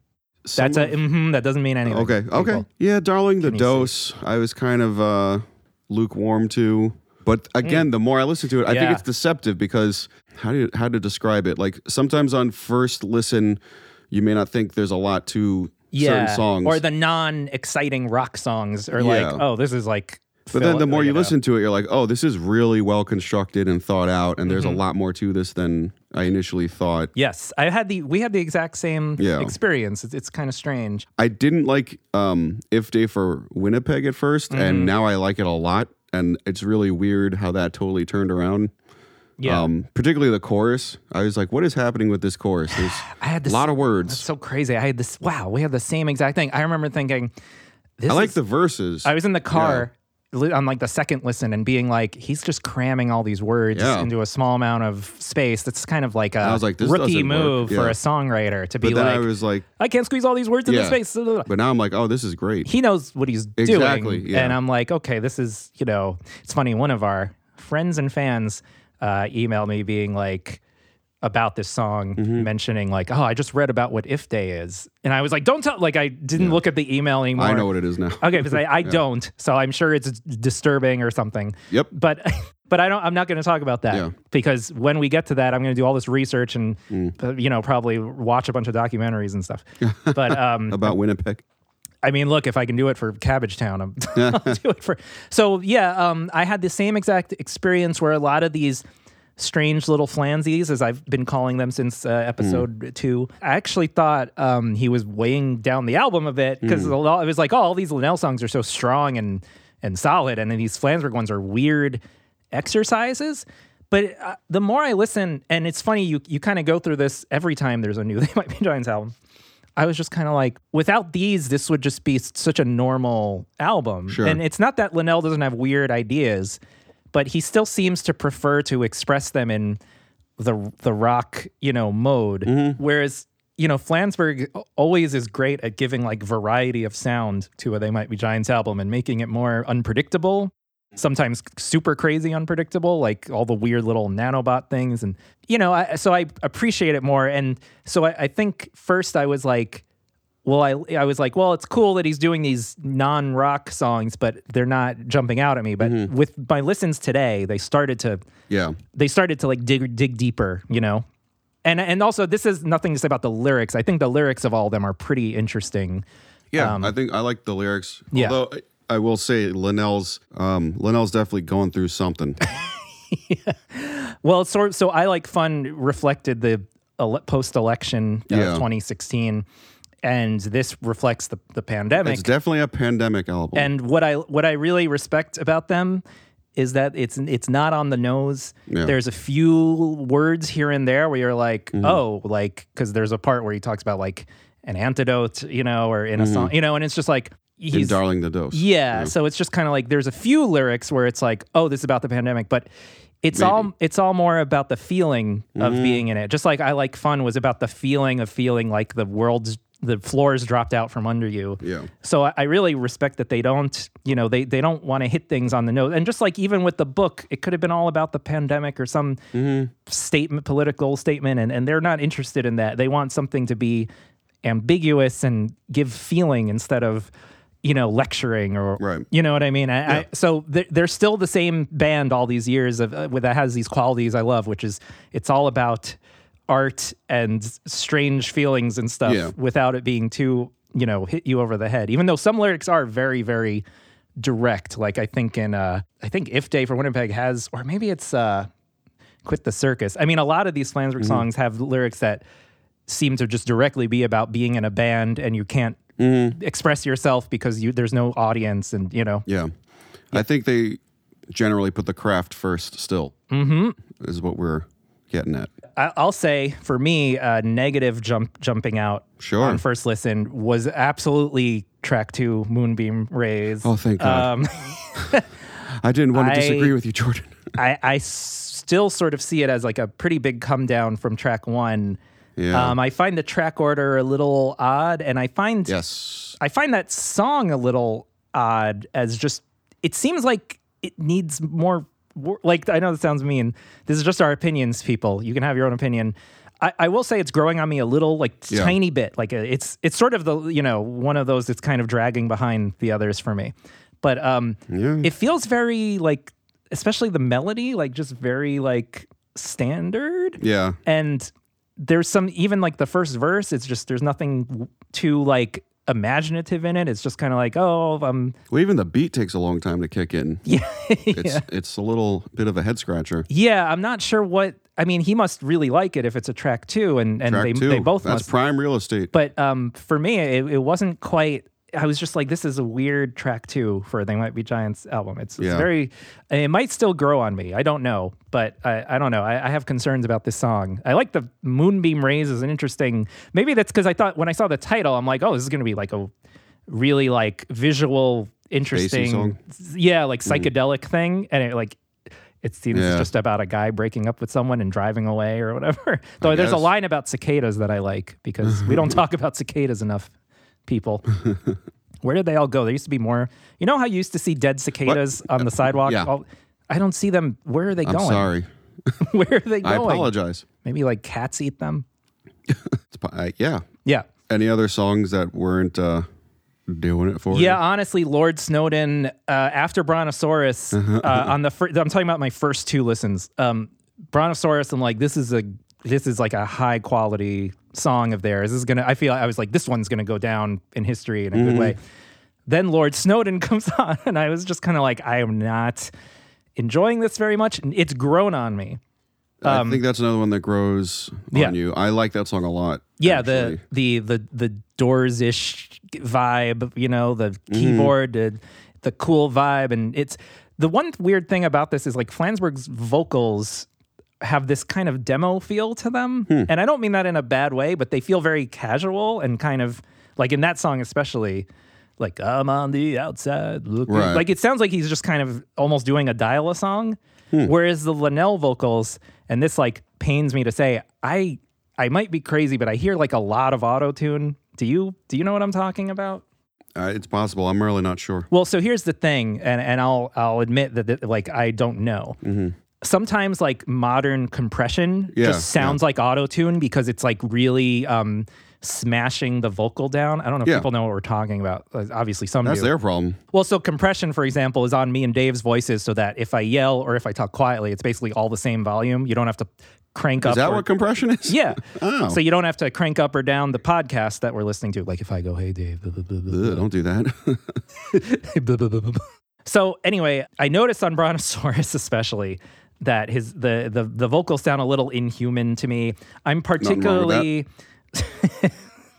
some That's a mhm, that doesn't mean anything. Okay. Okay. people. Yeah, darling, the dose. I was kind of uh, lukewarm to, but again, the more I listen to it, I Mm. Yeah. think it's deceptive because how do you, how to describe it? Like sometimes on first listen, you may not think there's a lot to certain songs, or the non-exciting rock songs, or like, Yeah. oh, this is like. but then the more you listen to it, you're like, oh, this is really well constructed and thought out, and there's Mm-hmm. a lot more to this than I initially thought. Yes, I had the we had the exact same Yeah. experience. It's, it's kind of strange. I didn't like um, If Day for Winnipeg at 1st Mm-hmm. and now I like it a lot. And it's really weird how that totally turned around. Yeah, um, particularly the chorus. I was like, what is happening with this [sighs] chorus? There's I had a this. lot of that's words. so crazy. I had this. Wow, we had the same exact thing. I remember thinking, this I like is- the verses. I was in the car li- on like the second listen and being like, he's just cramming all these words Yeah. into a small amount of space. That's kind of like a was like, this rookie doesn't work. move for Yeah. a songwriter to but be then like, I was like, I can't squeeze all these words into Yeah. space. but now I'm like, oh, this is great. he knows what he's doing. Exactly, yeah. And I'm like, okay, this is, you know, it's funny. One of our friends and fans uh, emailed me being like, about this song, Mm-hmm. mentioning like, oh, I just read about what If Day is. And I was like, don't tell, like, I didn't look at the email anymore. I know what it is [laughs] now. Okay, because I, [laughs] I don't, so I'm sure it's disturbing or something. Yep. But [laughs] but I don't. I'm not going to talk about that Yeah. because when we get to that, I'm going to do all this research and Mm. [laughs] uh, you know probably watch a bunch of documentaries and stuff. But um, About Winnipeg. I mean, look, if I can do it for Cabbage Town, I'm, [laughs] I'll do it for. So yeah, um, I had the same exact experience where a lot of these strange little flansies, as I've been calling them since uh, episode two, I actually thought um, he was weighing down the album a bit because it was like, oh, all these Linnell songs are so strong and and solid, and then these Flansburgh ones are weird exercises. But uh, the more I listen, and it's funny, you you kind of go through this every time there's a new [laughs] They Might Be Giants album. I was just kind of like, without these, this would just be s- such a normal album. Sure. And it's not that Linnell doesn't have weird ideas, but he still seems to prefer to express them in the the rock, you know, mode. Whereas, you know, Flansburgh always is great at giving like variety of sound to a They Might Be Giants album and making it more unpredictable sometimes super crazy unpredictable like all the weird little nanobot things and you know I, so i appreciate it more and so I, I think first i was like well I, I was like well it's cool that he's doing these non-rock songs but they're not jumping out at me but with my listens today they started to Yeah. they started to like dig dig deeper, you know. And and also this is nothing to say about the lyrics. I think the lyrics of all of them are pretty interesting. Yeah, I think I like the lyrics. Um, Yeah. Although I, I will say Linnell's um Linnell's definitely going through something. Well, it's sort so I like fun reflected the ele- post-election of Yeah. 2016 and this reflects the the pandemic. it's definitely a pandemic album. and what I what I really respect about them is that it's it's not on the nose. Yeah. Mm-hmm. There's a few words here and there where you're like, oh, like because there's a part where he talks about like an antidote, you know, or Mm-hmm. in a song, you know, and it's just like in he's Darling the Dose. yeah, So it's just kind of like there's a few lyrics where it's like, oh, this is about the pandemic, but it's all it's all more about the feeling of being in it. Just like I like fun was about the feeling of feeling like the world's the floors dropped out from under you. Yeah. So I, I really respect that they don't, you know, they they don't want to hit things on the nose. And just like even with the book, it could have been all about the pandemic or some statement, political statement, and, and they're not interested in that. They want something to be ambiguous and give feeling instead of, you know, lecturing or Right. you know what I mean? I, I, so they're, they're still the same band all these years of uh, with- that has these qualities I love, which is it's all about art and strange feelings and stuff Yeah. without it being too you know hit you over the head. Even though some lyrics are very very direct, like I think in uh I think if day for Winnipeg has or maybe it's uh quit the circus. I mean, a lot of these Flansburgh songs have lyrics that seem to just directly be about being in a band and you can't express yourself because you there's no audience and you know Yeah. I think they generally put the craft first still. Mm-hmm. Is what we're getting at. I, I'll say for me, uh, negative jump jumping out Sure. on first listen was absolutely track two, Moonbeam Rays. Oh thank God. [laughs] um, I didn't want to Uh, I- disagree with you, Jordan. [laughs] I, I still sort of see it as like a pretty big come down from track one. Yeah. Um, I find the track order a little odd, and I find yes. I find that song a little odd as just it seems like it needs more wor- like I know this sounds mean. This is just our opinions, people. You can have your own opinion. I, I will say it's growing on me a little, like Yeah. tiny bit. Like uh, it's it's sort of the you know one of those that's kind of dragging behind the others for me. But um, Yeah. it feels very like, especially the melody, like just very like standard Yeah. and there's some even like the first verse it's just there's nothing w- too like imaginative in it it's just kind of like oh [laughs] um Well, even the beat takes a long time to kick in. [laughs] yeah It's it's a little bit of a head scratcher. yeah i'm not sure what i mean he must really like it if it's a track two and and Track they, two. they both That's must prime real estate. but um for me it, it wasn't quite i was just like this is a weird track two for they might be giants album it's, it's Yeah. very it might still grow on me i don't know but i, I don't know I, I have concerns about this song i like the moonbeam rays is an interesting maybe that's because i thought when i saw the title i'm like oh this is going to be like a really like visual interesting song. Mm-hmm. yeah like psychedelic thing and it like it seems Yeah. it's just about a guy breaking up with someone and driving away or whatever. [laughs] Though there's a guess. line about cicadas that I like because we [laughs] don't talk about cicadas enough, people. Where did they all go? There used to be more. You know how you used to see dead cicadas on the sidewalk? Yeah. All- I don't see them. Where are they I'm going? sorry. [laughs] Where are they I going? apologize. Maybe like cats eat them. It's, po- I, yeah. Yeah. Any other songs that weren't uh, doing it for you? Yeah, honestly, Lord Snowden uh, after Brontosaurus uh, on the fir- I'm talking about my first two listens. Um, Brontosaurus, I'm like, this is a this is like a high quality song of theirs. This is gonna. I feel I was like this one's gonna go down in history in a good way. Then Lord Snowden [laughs] comes on, and I was just kind of like, I am not enjoying this very much. And it's grown on me. I think that's another one that grows um, Yeah. on you. I like that song a lot. Yeah, actually. the the the the Doors ish vibe, you know, the keyboard, the, the cool vibe, and it's the one weird thing about this is like Flansburgh's vocals have this kind of demo feel to them, and I don't mean that in a bad way, but they feel very casual and kind of like in that song especially. Like I'm on the outside looking, Right. like it sounds like he's just kind of almost doing a dial a song. Whereas the Linnell vocals, and this like pains me to say, I I might be crazy, but I hear like a lot of auto tune. Do you do you know what I'm talking about? uh, it's possible. I'm really not sure. Well, so here's the thing, and and I'll I'll admit that, that like I don't know. Sometimes like modern compression Mm-hmm. Yeah, just sounds like auto tune because it's like really um, smashing the vocal down. I don't know if Yeah. people know what we're talking about. Uh, Obviously, some That's do. their problem. Well, so compression, for example, is on me and Dave's voices so that if I yell or if I talk quietly, it's basically all the same volume. You don't have to crank up. Is that or- what compression is? yeah. Oh. So you don't have to crank up or down the podcast that we're listening to. Like if I go, hey, Dave. blah, blah, blah, blah, Ugh, don't do that. [laughs] blah, blah, blah, blah, blah. [laughs] So anyway, I noticed on Brontosaurus [laughs] especially that his the the the vocals sound a little inhuman to me. I'm with that. particularly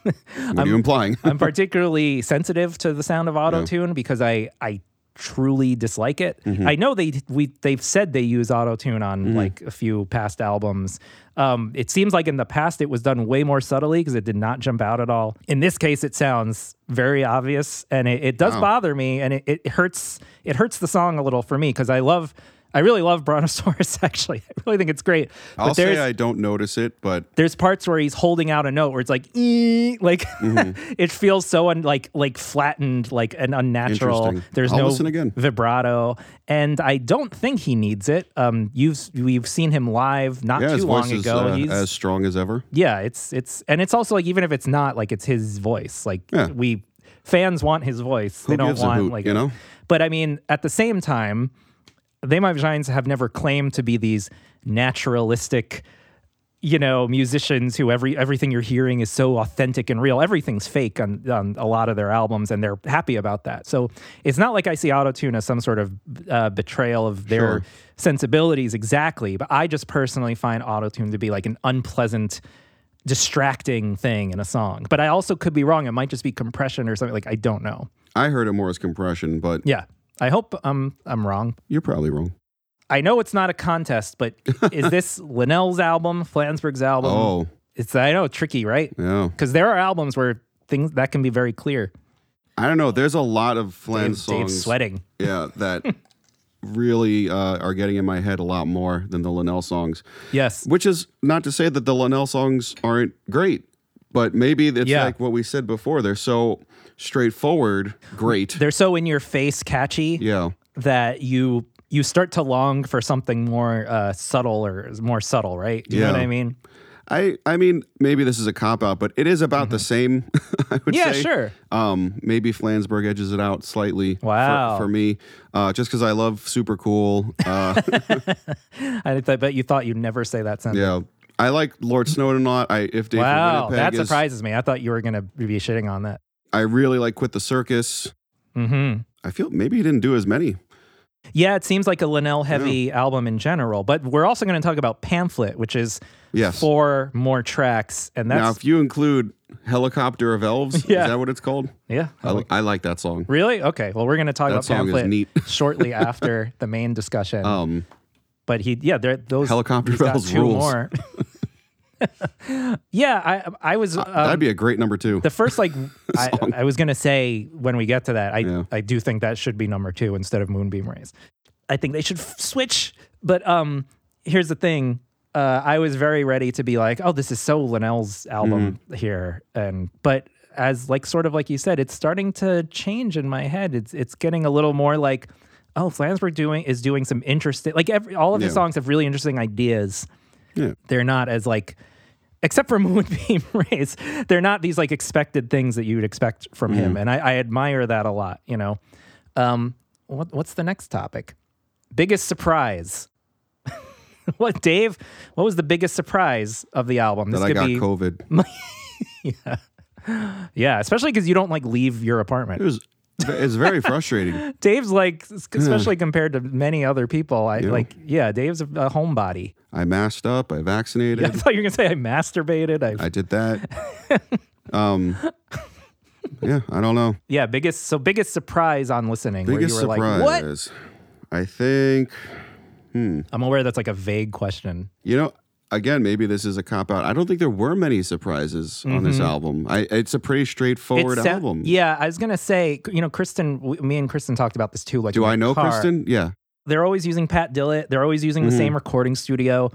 what are you implying? I'm particularly sensitive to the sound of auto tune because I I truly dislike it. Mm-hmm. I know they we they've said they use auto tune on like a few past albums. Um, it seems like in the past it was done way more subtly because it did not jump out at all. In this case, it sounds very obvious and it, it does bother me and it, it hurts it hurts the song a little for me because I love. I really love Brontosaurus. [laughs] Actually, I really think it's great. But [laughs] I'll there's- say I don't notice it, but there's parts where he's holding out a note where it's like "Ee," like Mm-hmm. [laughs] it feels so un, like like flattened like an unnatural Interesting. there's I'll no listen again. vibrato and i don't think he needs it um you've we've seen him live not yeah, too his voice long is ago uh, he's as strong as ever. yeah it's it's and it's also like even if it's not like it's his voice like Yeah. we fans want his voice they Who don't gives a want hoot, like you know? but i mean at the same time they might giants have never claimed to be these naturalistic you know musicians who every everything you're hearing is so authentic and real everything's fake on, on a lot of their albums and they're happy about that so it's not like i see autotune as some sort of uh, betrayal of their Sure. sensibilities exactly but i just personally find autotune to be like an unpleasant distracting thing in a song but i also could be wrong it might just be compression or something like i don't know I heard it more as compression, but yeah i hope i'm i'm wrong you're probably wrong. I know it's not a contest, [laughs] but is this Linnell's album, Flansburgh's album? Oh, It's I know tricky, right? yeah. Because there are albums where things that can be very clear. I don't know. There's a lot of Dave, Flan Dave's songs. sweating. yeah, [laughs] that really uh, are getting in my head a lot more than the Linnell songs. Yes. Which is not to say that the Linnell songs aren't great, but maybe it's Yeah. like what we said before. They're so straightforward, great. They're so in your face catchy yeah. that you you start to long for something more uh, subtle or more subtle, right? Do you know Yeah. what I mean? I I mean, maybe this is a cop out, but it is about the same. [laughs] I would Mm-hmm. Yeah, say. sure. [laughs] Um, maybe Flansburgh edges it out slightly. for- Wow. For, me, uh, just because I love super cool. Uh, [laughs] I, th- bet you thought you'd never say that sentence. yeah, I like Lord Snowden a lot. I if Dave from Wow, Winnipeg that is- surprises me. I thought you were gonna be shitting on that. I really like Quit the Circus. hmm I feel maybe he didn't do as many. Yeah, it seems like a Linnell heavy album in general, but we're also going to talk about Pamphlet, which is Yes. four more tracks, and now, that's if you include Helicopter of [laughs] Elves, Yeah. is that what it's called? yeah. I, li- I like that song. Really? Okay. Well, we're going to talk about That song is Pamphlet neat. [laughs] shortly after the main discussion. Um, but he, yeah, there those Helicopter he's got Bells two rules. [laughs] more. [laughs] yeah, I I was Uh, um, that'd be a great number two. the first [laughs] like I, I was gonna say when we get to that I Yeah. I do think that should be number two instead of Moonbeam Rays. I think they should f- switch. But um, here's the thing. Uh, I was very ready to be like, oh, this is so Linnell's album Mm-hmm. here, and but as like sort of like you said, it's starting to change in my head. It's it's getting a little more like, oh, Flansburgh doing is doing some interesting like every all of his Yeah. songs have really interesting ideas yeah. they're not as like except for [laughs] moonbeam rays they're not these like expected things that you'd expect from Mm-hmm. him and I, I admire that a lot you know um what, what's the next topic biggest surprise [laughs] what, Dave? What was the biggest surprise of the album? that I could got be, COVID. [laughs] yeah, especially because you don't like leave your It apartment. was it's very frustrating. Dave's like, Hmm. especially compared to many other people, I like. Yeah, Dave's a, a homebody. [laughs] I masked up. I vaccinated. I thought you were gonna say I masturbated. I, I did that. [laughs] um, yeah, I don't know. yeah, biggest so biggest surprise on listening Biggest where you were surprise. like, what? I think I'm aware that's like a vague question. you know. Again, maybe this is a cop out. I don't think there were many surprises on this album. I, it's a pretty straightforward Mm-hmm. It sou- album. Yeah, I was gonna say, you know, Kristen, w- me and Kristen talked about this too. Like, Do in I the know car. Kristen? Mm-hmm. Yeah. They're always using Pat Dillett. They're always using the same recording studio.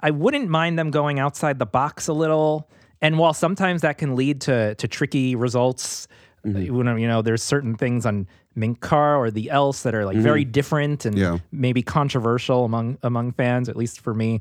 I wouldn't mind them going outside the box a little. And while sometimes that can lead to to tricky results, Mm-hmm. when, you know, there's certain things on Minkar or the Else that are like very different and Mm-hmm. Yeah. maybe controversial among among fans, at least for me.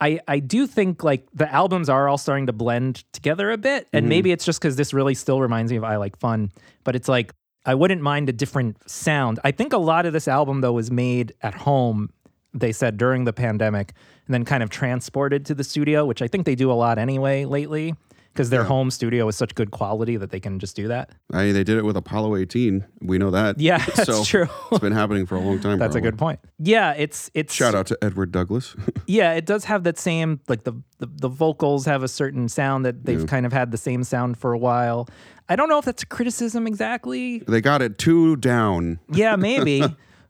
I, I do think like the albums are all starting to blend together a bit. And maybe it's just because this really still reminds me of I Like Fun, but it's like I wouldn't mind a different sound. I think a lot of this album, though, was made at home, they said during the pandemic, and then kind of transported to the studio, which I think they do a lot anyway lately because their home studio is such good quality that they can just do that. I mean, they did it with Apollo 18. We know that. [laughs] Yeah, that's so true. It's been happening for a long time. That's a probably. good point. Yeah, it's it's Shout out to Edward Douglas. [laughs] yeah, it does have that same like the the, the vocals have a certain sound that they've kind of had the same sound for a while. I don't know if that's a criticism exactly. they got it two down. [laughs] Yeah, maybe.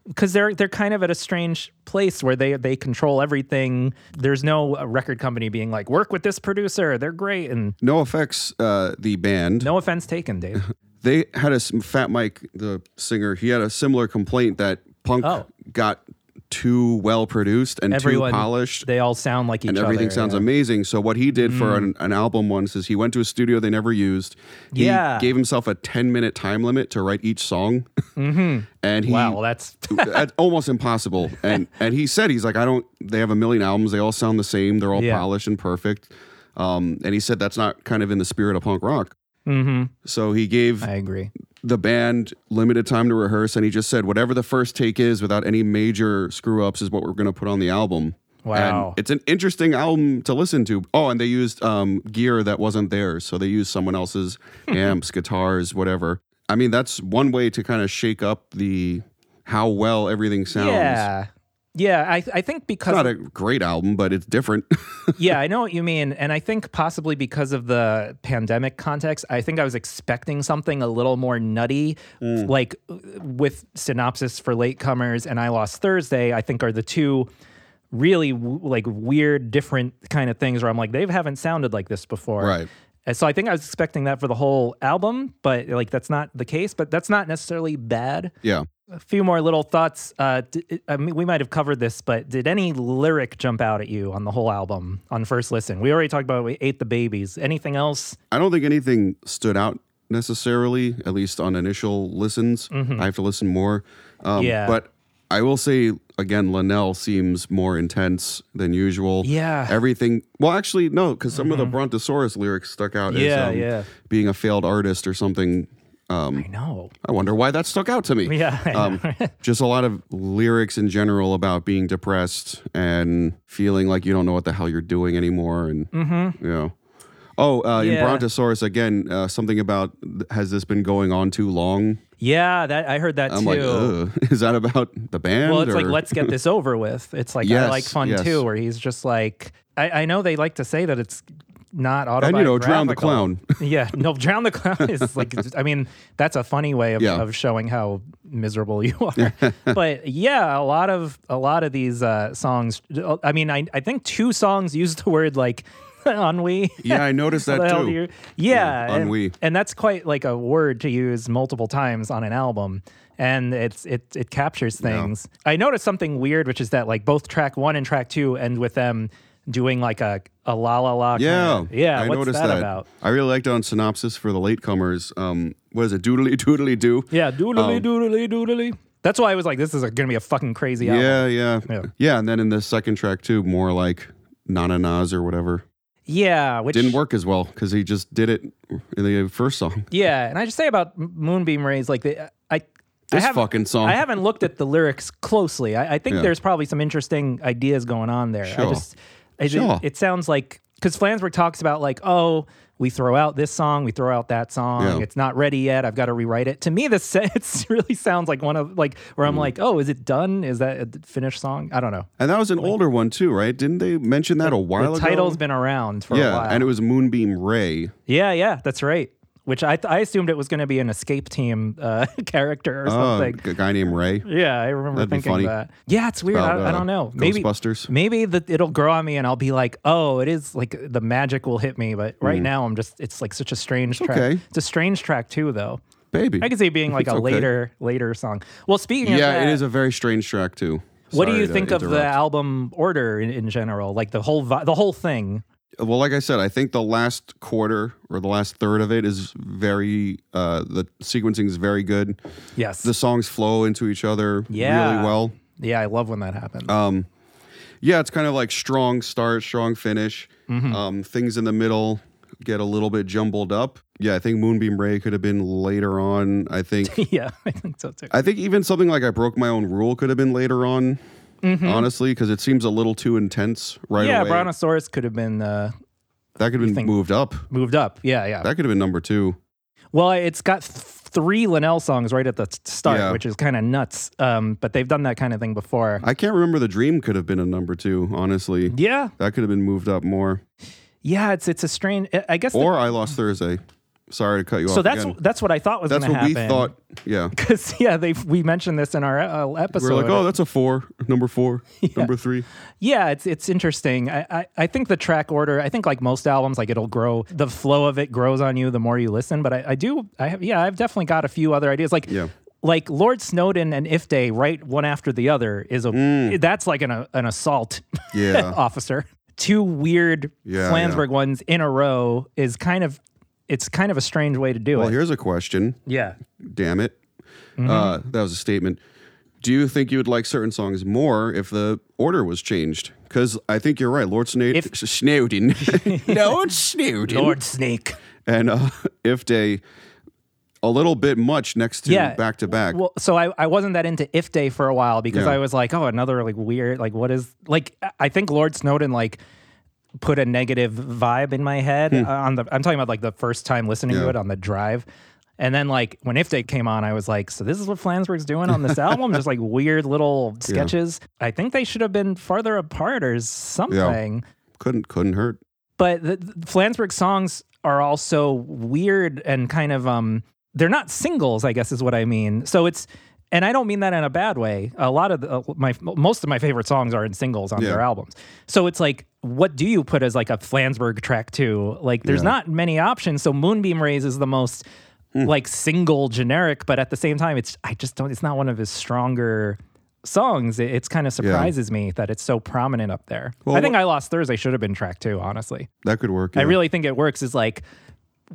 Because they're they're kind of at a strange place where they they control everything. There's no uh, record company being like, work with this producer, they're great, and No effects. Uh, the band no offense taken, Dave. [laughs] they had a s- Fat Mike, the singer. He had a similar complaint that punk Oh. got too well produced and Everyone too polished. They all sound like each and other. everything sounds yeah. Mm. amazing. So what he did for an, an album once is he went to a studio they never used. He Yeah. gave himself a ten minute time limit to write each song, [laughs] and he Mm-hmm. Wow, well, that's [laughs] [laughs] that's almost impossible. And and he said he's like, I don't. They have a million albums. They all sound the same. They're all Yeah. polished and perfect. Um, and he said that's not kind of in the spirit of punk rock. Mm-hmm. So he gave I agree. the band limited time to rehearse, and he just said whatever the first take is, without any major screw ups, is what we're going to put on the album. Wow. And it's an interesting album to listen to. Oh, and they used um, gear that wasn't theirs. So they used [laughs] someone else's amps, guitars, whatever. I mean, that's one way to kind of shake up the how well everything sounds. Yeah. Yeah, I, I think It's because not a great album, but it's different. [laughs] yeah, I know what you mean. And I think possibly because of the pandemic context, I think I was expecting something a little more nutty, like uh, with Synopsis for Latecomers and I Lost Thursday, I think are the two really w- like weird, different kind of things where I'm like, they haven't sounded like this before. Right. And so I think I was expecting that for the whole album, but like that's not the case, but that's not necessarily bad yeah. a few more little thoughts. Uh, d- I mean, we might have covered this, but did any lyric jump out at you on the whole album on first listen? We already talked about we ate the babies. Anything else? I don't think anything stood out necessarily, at least on initial listens. I have to listen more. Um, Mm-hmm. Yeah. But I will say again, Linnell seems more intense than usual. Yeah. Mm-hmm. Everything. Well, actually, no, because some of the Brontosaurus lyrics stuck out Yeah, as um, yeah. being a failed artist or something. Um, I know. I wonder why that stuck out to me. Yeah, I Um, [laughs] just a lot of lyrics in general about being depressed and feeling like you don't know what the hell you're doing anymore. And, you know. Oh, uh, in Mm-hmm. Yeah. Brontosaurus, again, uh, something about th- has this been going on too long? [laughs] Yeah, that I heard that I'm too. like, Ugh, [laughs] is that about the band? well, it's like or- let's get this over with. It's like I Yes, like fun yes. too, where he's just like I, I know they like to say that it's not And, autobiographical. you know, Drown the [laughs] Clown. yeah, no, drown the clown is [laughs] like, I mean, that's a funny way of, Yeah. of showing how miserable you [laughs] are. but yeah, a lot of a lot of these uh, songs. I mean, I I think two songs use the word like [laughs] [laughs] ennui. yeah, I noticed How the that hell too. do you- yeah, and- ennui. And, that's quite like a word to use multiple times on an album, and it's it it captures things. I noticed something weird, which is that like both track one and track two end with them doing like a a la la la. kinda- Yeah, yeah. I what's noticed that, about? I really liked on synopsis for the latecomers. Um, what is it? Doodly [laughs] doodly do. Yeah, doodly doodly doodly. That's why I was like, this is a, gonna be a fucking crazy album. Um, Yeah, yeah, Yeah. yeah. and then in the second track too, more like Nana Nas or whatever. Yeah, which Didn't work as well because he just did it in the first song. Yeah, and I just say about M- Moonbeam Rays, like the I This haven't- fucking song. I haven't looked at the lyrics closely. I, I think Yeah. there's probably some interesting ideas going on there. I Sure. just it, Sure. it, it sounds like because Flansburgh talks about like, oh, we throw out this song, we throw out that song. Yeah. It's not ready yet. I've got to rewrite it. To me, this [laughs] it really sounds like one of like where Mm. I'm like, oh, is it done? Is that a finished song? I don't know. and that was an older one too, right? Didn't they mention that a while the ago? title's been around for a yeah, while. and it was Moonbeam Ray. yeah, yeah, that's right. Which I, I assumed it was going to be an escape team uh, [laughs] character or Oh, something. a guy named Ray. Yeah, I remember That'd be thinking funny. that. Yeah, it's weird. About, I, I uh, don't know. Maybe Ghostbusters. Maybe that it'll grow on me, and I'll be like, "Oh, it is like the magic will hit me." But right now, I'm just it's like such a strange track. Hmm. okay. It's a strange track too, though. Baby. I could see it being like It's a [laughs] okay. later later song. Well, speaking of Yeah, that, it is a very strange track too. what do Sorry you to think of the interrupt. album order in, in general? Like the whole vi- the whole thing. Well, like I said, I think the last quarter or the last third of it is very uh the sequencing is very good. Yes. The songs flow into each other Yeah. really well. yeah, I love when that happens. Um, yeah, it's kind of like strong start, strong finish. Mm-hmm. Um, things in the middle get a little bit jumbled up. Yeah, I think Moonbeam Ray could have been later on. I [laughs] think [laughs] yeah, I think so too. I think even something like I broke my own rule could have been later on. Honestly, because it seems a little too intense right Mm-hmm. yeah, away. Brontosaurus could have been uh, that could have been think- moved up. moved up. Yeah, yeah. That could have been number two. Well, it's got th- three Linnell songs right at the t- start, Yeah. which is kind of nuts. Um, but they've done that kind of thing before. I can't remember the dream could have been a number two. Honestly, yeah, that could have been moved up more. yeah. It's it's a strange. I- I guess. the- Or I lost Thursday. Sorry to cut you off. so that's again. that's what I thought was that's gonna what we happen. [laughs] thought. Yeah. Because yeah, they we mentioned this in our uh, episode. We're like, oh, that's a four, number [laughs] four, number three. Yeah, it's it's interesting. I, I I think the track order. I think like most albums, like it'll grow. The flow of it grows on you the more you listen. But I, I do. I have yeah. I've definitely got a few other ideas. Like Yeah. Like Lord Snowden and If Day, right one after the other is a that's like an a, an assault Mm. [laughs] Yeah. [laughs] officer. Two weird Yeah, Flansburgh ones in a row is kind of it's kind of a strange way to do well, it. here's a question. Yeah. Damn it. Mm-hmm. Uh, that was a statement. Do you think you would like certain songs more if the order was changed? Because I think you're right. Lord Sna- If- [laughs] Snowden. [laughs] Lord Snowden. Lord Snake. And uh, if they, a little bit much next to Yeah. back to back. Well, so I, I wasn't that into If Day for a while because Yeah. I was like, oh, another like weird like what is like I- I think Lord Snowden like put a negative vibe in my head uh, on the I'm talking about like the first time listening to Hmm. Yeah. it on the drive. And then like when If Day came on, I was like, so this is what Flansburgh's doing on [laughs] this album, just like weird little sketches. I think they should have been farther apart or something Couldn't couldn't hurt. but the, the Flansburgh songs are also weird and kind of um they're not singles I guess is what I mean. So it's and I don't mean that in a bad way. A lot of the, uh, my most of my favorite songs are in singles on Yeah. their albums. So it's like what do you put as like a Flansburgh track too? Like there's Yeah. not Hmm. many options. So Moonbeam Rays is the most like single generic, but at the same time it's I just don't it's not one of his stronger songs. It, it's kind of surprises me that it's so prominent up there. I think I lost Thursday should have been track 2 honestly. That could work. I yeah. really think it works is like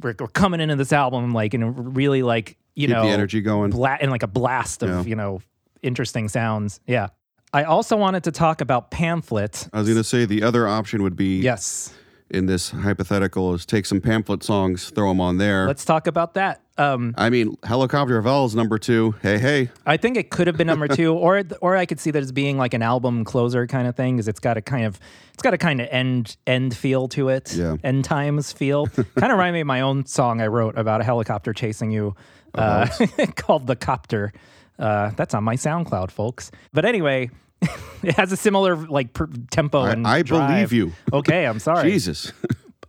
we're, we're coming into this album like in a really like you keep know the energy going. bla- in like a blast of Yeah. you know interesting sounds. Yeah. I also wanted to talk about pamphlet. I was gonna say the other option would be Yes. in this hypothetical is take some pamphlet songs, throw them on there. Let's talk about that. Um, I mean, Helicopter of Hell's number two. Hey, hey. I think it could have been number two, or or I could see that as being like an album closer kind of thing, because it's got a kind of it's got a kind of end end feel to it, Yeah. end times [laughs] feel. kind of remind me of my own song I wrote about a helicopter chasing you, Oh, uh, [laughs] called the Copter. Uh, that's on my SoundCloud, folks. But anyway, [laughs] it has a similar like per- tempo I- and I drive. believe you. Okay, [laughs] I'm sorry Jesus.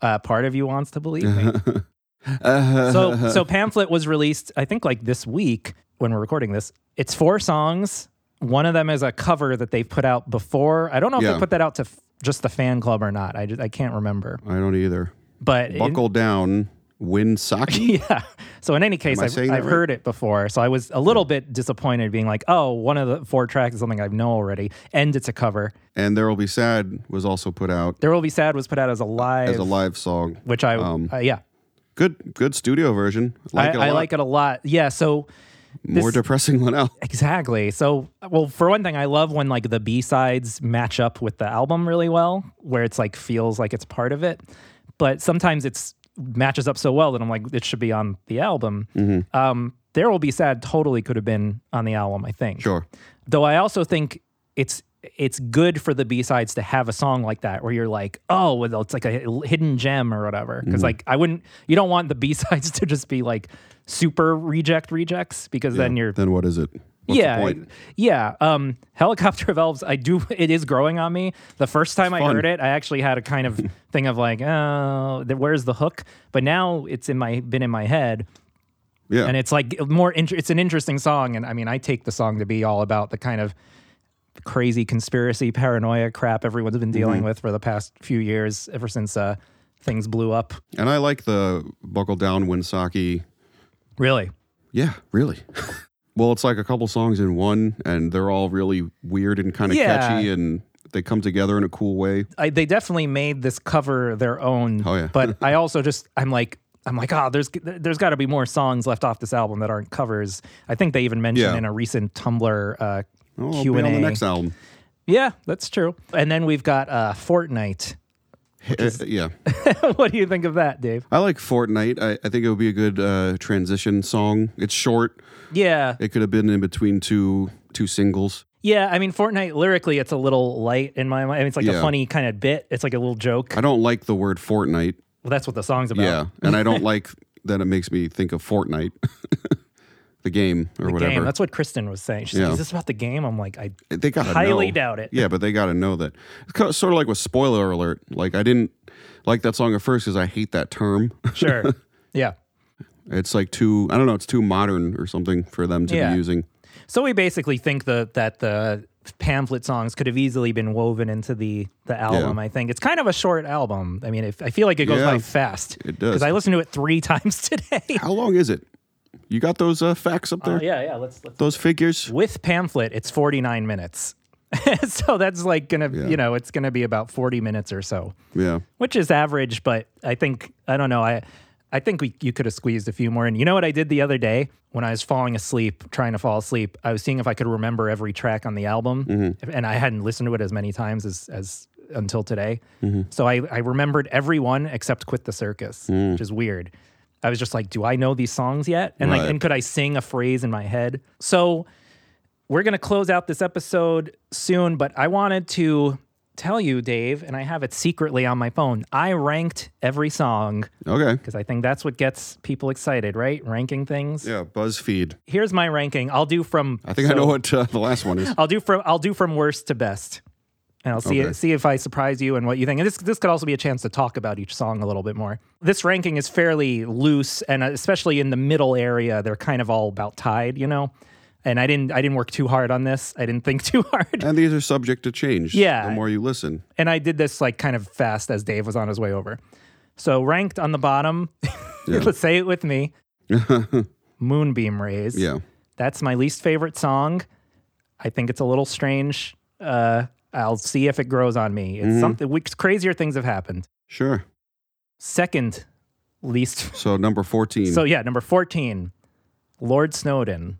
uh, part of you wants to believe [laughs] me. so, so pamphlet was released, I think, like this week when we're recording this. It's four songs. One of them is a cover that they've put out before. I don't know if they Yeah. put that out to f- just the fan club or not. I just, I can't remember. I don't either. But it- Buckle down, win Saki. [laughs] yeah. So in any case, Am I I've, saying that I've right? heard it before. So I was a little bit disappointed, being like, oh, one of the four tracks is something I know already, and it's a cover. and There Will Be Sad was also put out There will be sad was put out as a live, as a live song. which I um, uh, yeah. Good, good studio version. I, Like it a I lot. like it a lot. Yeah. So More depressing [laughs] than out. Exactly. So, well, for one thing, I love when like the B sides match up with the album really well, where it's like feels like it's part of it. But sometimes it's matches up so well that I'm like, it should be on the album. Um, There Will Be Sad totally could have been on the album, I think. Sure. Though I also think it's it's good for the B-sides to have a song like that where you're like, "Oh, well it's like a hidden gem or whatever." because like I wouldn't you don't want the [laughs] B-sides to just be like super reject rejects because then you're Then what is it? What's yeah, The point? yeah. Um, helicopter [laughs] valves. I do. It is growing on me. The first time I fun. heard it, I actually had a kind [laughs] of thing of like, oh, th- where's the hook? But now it's in my been in my head, Yeah. and it's like uh, more. Inter- it's an interesting song, and I mean, I take the song to be all about the kind of crazy conspiracy paranoia crap everyone's been Mm-hmm. dealing with for the past few years, ever since uh, things blew up. and I like the buckle down Winsaki. Really, Yeah, really. [laughs] well, it's like a couple songs in one, and they're all really weird and kind of Yeah. catchy, and they come together in a cool way. I, they definitely made this cover their own. Oh, yeah. [laughs] but I also just I'm like I'm like ah, there's there's got to be more songs left off this album that aren't covers. I think they even mentioned Yeah. in a recent Tumblr uh, Oh, I'll Q be and on the A. next album. Yeah, that's true. And then we've got uh, Fortnite. [laughs] Uh, yeah. what do you think of that, Dave? I like Fortnite. I, I think it would be a good uh, transition song. It's short. Yeah, It could have been in between two two singles. yeah. I mean, Fortnite lyrically, it's a little light in my mind. I mean, it's like a Yeah. funny kind of bit. It's like a little joke. I don't like the word Fortnite. Well, that's what the song's about. Yeah, and I don't [laughs] like that it makes me think of Fortnite, [laughs] the game or whatever. Game. That's what Kristen was saying. She's Yeah. like, "Is this about the game?" I'm like, [laughs] "I they gotta highly know. doubt it." Yeah, but they got to know that. It's kind of, sort of like with spoiler alert. Like I didn't like that song at first because I hate that term. [laughs] sure." yeah. It's like too. I don't know. It's too modern or something for them to Yeah. be using. So we basically think the, that the pamphlet songs could have easily been woven into the the album. I think it's kind of a short album. I mean, if, I feel like it goes Yeah, by fast. it does. Because I listened to it three [laughs] times today. How long is it? You got those uh, facts up there? Oh, yeah, yeah. Let's, let's Those figures? with pamphlet. It's forty nine minutes. [laughs] so that's like gonna you know it's gonna be about forty minutes or so, Yeah. which is average. But I think I don't know I. I think we, you could have squeezed a few more in. You know what I did the other day when I was falling asleep, trying to fall asleep? I was seeing if I could remember every track on the album, and I hadn't listened to it as many times as as until today. So I, I remembered every one except "Quit the Circus," which is weird. I was just like, "Do I know these songs yet?" And like, Right. and could I sing a phrase in my head? So we're going to close out this episode soon, but I wanted to tell you, Dave, and I have it secretly on my phone. I ranked every song Okay. because I think that's what gets people excited, right? Ranking things. Yeah. BuzzFeed. Here's my ranking. I'll do from I think I know what uh, the [laughs] last one is. I'll do from I'll do from worst to best. And I'll see Okay. see if I surprise you and what you think. And this this could also be a chance to talk about each song a little bit more. This ranking is fairly loose and uh, especially in the middle area, they're kind of all about tied, you know. And I didn't I didn't work too hard on this. I didn't think [laughs] too hard. And these are subject to change. Yeah. The more you listen. [laughs] and I did this like kind of fast as Dave was on his way over. So ranked on the bottom, [laughs] let's say it with me. Moonbeam Rays. Yeah. That's my least favorite song. I think it's a little strange. Uh, I'll see if it grows on me. It's Mm-hmm. something we, crazier things have happened. Sure. Second least. [laughs] So number 14. So yeah, number 14, Lord Snowden.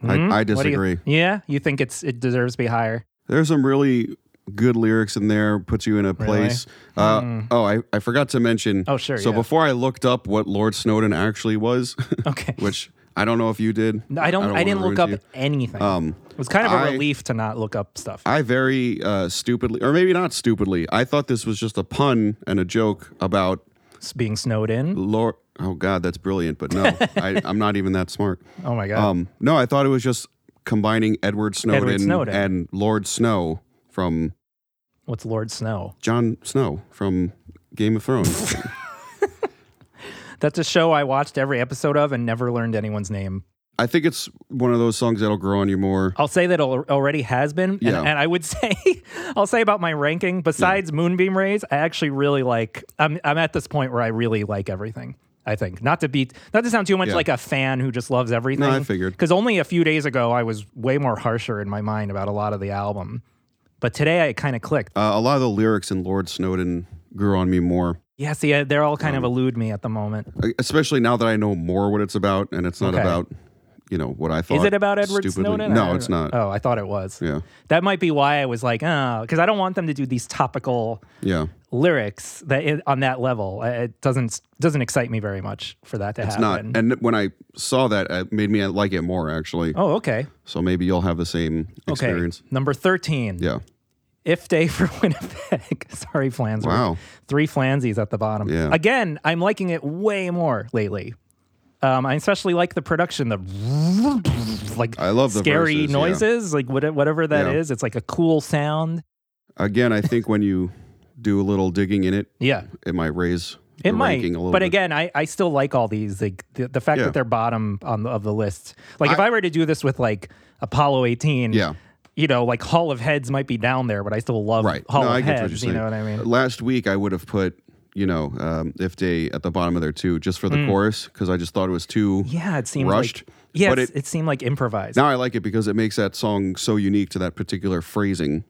Hmm? I, I What do you- disagree. yeah, you think it's it deserves to be higher? [laughs] There's some really good lyrics in there, puts you in a place. Uh, Oh, I, I forgot to mention. Hmm. Oh, sure, So yeah. before I looked up what Lord Snowden actually was, [laughs] Okay. which I don't know if you did. I don't. I, wanna didn't look ruin up it to you. anything. Um, it was kind of a I- relief to not look up stuff. I very uh, stupidly, or maybe not stupidly, I thought this was just a pun and a joke about s- being snowed in. Lord. Oh God, that's brilliant. But no, [laughs] I, I'm not even that smart. Oh my god. Um, no, I thought it was just combining Edward Snowden, Snowden. and Lord Snow from What's Lord Snow? John Snow from Game of [laughs] Thrones. That's a show I watched every episode of and never learned anyone's name. I think it's one of those songs that'll grow on you more. I'll say that al- already has been, and, Yeah. and I would [laughs] say I'll say about my ranking. Besides Moonbeam Rays, I actually really like. I'm I'm at this point where I really like everything. I think not to be not to sound too much Yeah. like a fan who just loves everything. No, I figured. because only a few days ago I was way more harsher in my mind about a lot of the album, but today I kind of clicked. Uh, a lot of the lyrics in Lord Snowden grew on me more, e, Yeah, see, uh, Um, they're all kind of elude me at the moment. especially now that I know more what it's about, and it's not Okay. about you know what I thought. Is it about Edward stupidly- Snowden? I No, don't it's know. not. Oh, I thought it was. Yeah, That might be why I was like, oh, because I don't want them to do these topical yeah. lyrics that it, on that level. I- It doesn't doesn't excite me very much for that to It's not. happen. And when I saw that, it made me like it more actually. oh, okay. So maybe you'll have the same Okay. experience. Number 13. Yeah. If day for [laughs] Winnipeg. Sorry, Flans. Wow. Three Flansies at the bottom. Yeah. Again, I'm liking it way more lately. Um, I especially like the production, the like I love the scary verses, yeah. noises, like what, whatever that is. Yeah. It's like a cool sound. Again, I think when you do a little digging in it, Yeah, it might raise it the might. ranking a little But bit. again, I, I still like all these. Like the, the fact Yeah. that they're bottom on the, of the list. Like if I were to do this with like Apollo 18, Yeah. you know, like Hall of Heads might be down there, but I still love Right. Hall no, of I get Heads. what you're saying. Uh, you know what I mean? Last week, I would have put, you know, um, if they at the bottom of their two just for the chorus because I just thought it was too. Mm. Yeah, it seemed Rushed, Like, yes, but it, it- seemed like improvised. Now I like it because it makes that song so unique to that particular phrasing.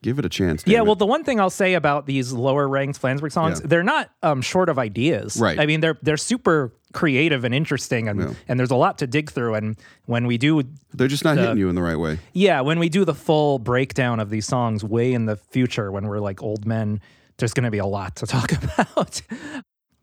Give it a chance. yeah, damn well, it. the one thing I'll say about these lower ranked Flansburgh songs, Yeah. they're not um, short of ideas. Right. I mean, they're they're super creative and interesting, and Yeah. and there's a lot to dig through. And when we do, they're just not hitting you in the right way. yeah, when we do the full breakdown of these songs way in the future, when we're like old men, there's going to be a lot to [laughs] talk about.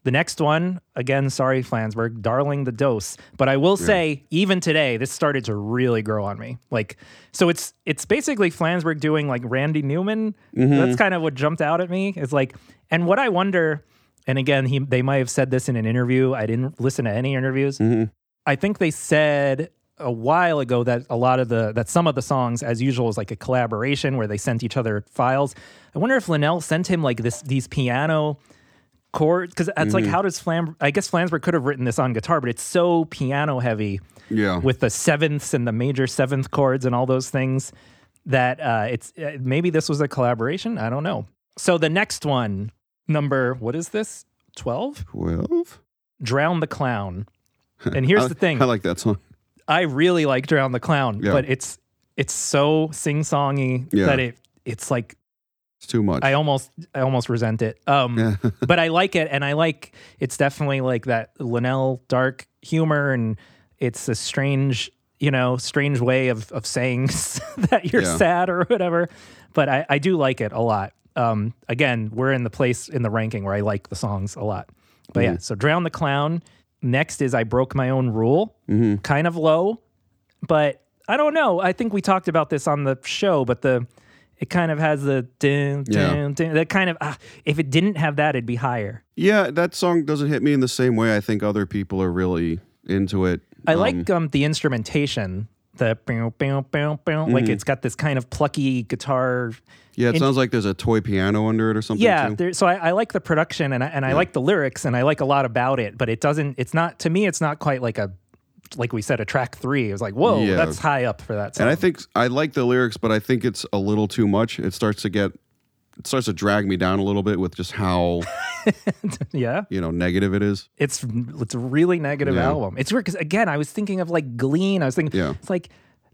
the next one, again, sorry, Flansburgh, darling the dose. But I will say, even today, this started to really grow on me. Like, so it's it's basically Flansburgh doing like Randy Newman. That's kind of what jumped out at me. It's like, and what I wonder, and again, he they might have said this in an interview. I didn't listen to any interviews. I think they said a while ago that a lot of the that some of the songs, as usual, is like a collaboration where they sent each other files. I wonder if Linnell sent him like this these piano chords because that's like Mm-hmm. how does Flam? I guess Flansburgh could have written this on guitar, but it's so piano heavy Yeah. with the sevenths and the major seventh chords and all those things that uh, it's uh, maybe this was a collaboration. I don't know. So the next one, number what is this? Twelve, 12? drown the clown. And here's I- the thing. I like that song. I really like Drown the Clown, Yeah. but it's it's so sing songy Yeah. that it it's like It's too much. I um, almost I almost resent it. Um yeah. [laughs] but I like it and I like it's definitely like that Linnell dark humor and it's a strange, you know, strange way of of saying [laughs] that you're Yeah. sad or whatever. But I, I do like it a lot. Um again, we're in the place in the ranking where I like the songs a lot. But yeah, so Drown the Clown. Next is I Broke My Own Rule. Kind of low, but I don't know. I think we talked about this on the show, but the it kind of has the dun, Yeah. dun, dun, that kind of ah, if it didn't have that, it'd be higher. yeah, that song doesn't hit me in the same way. I think other people are really into it. I like um the instrumentation, the bow, bow, bow, bow. Mm-hmm. like it's got this kind of plucky guitar. Yeah, it sounds like there's a toy piano under it or something. Yeah, too. there, so I, I like the production and I, and I like the lyrics and I like a lot about it, but it doesn't. It's not to me. It's not quite like a like we said a track three. It was like whoa, Yeah. that's high up for that. Song. And I think I like the lyrics, but I think it's a little too much. It starts to get, it starts to drag me down a little bit with just [laughs] how yeah. you know negative it is. it's it's a really negative Yeah. album. It's weird because again, I was thinking of like Glean. I was thinking Yeah. it's like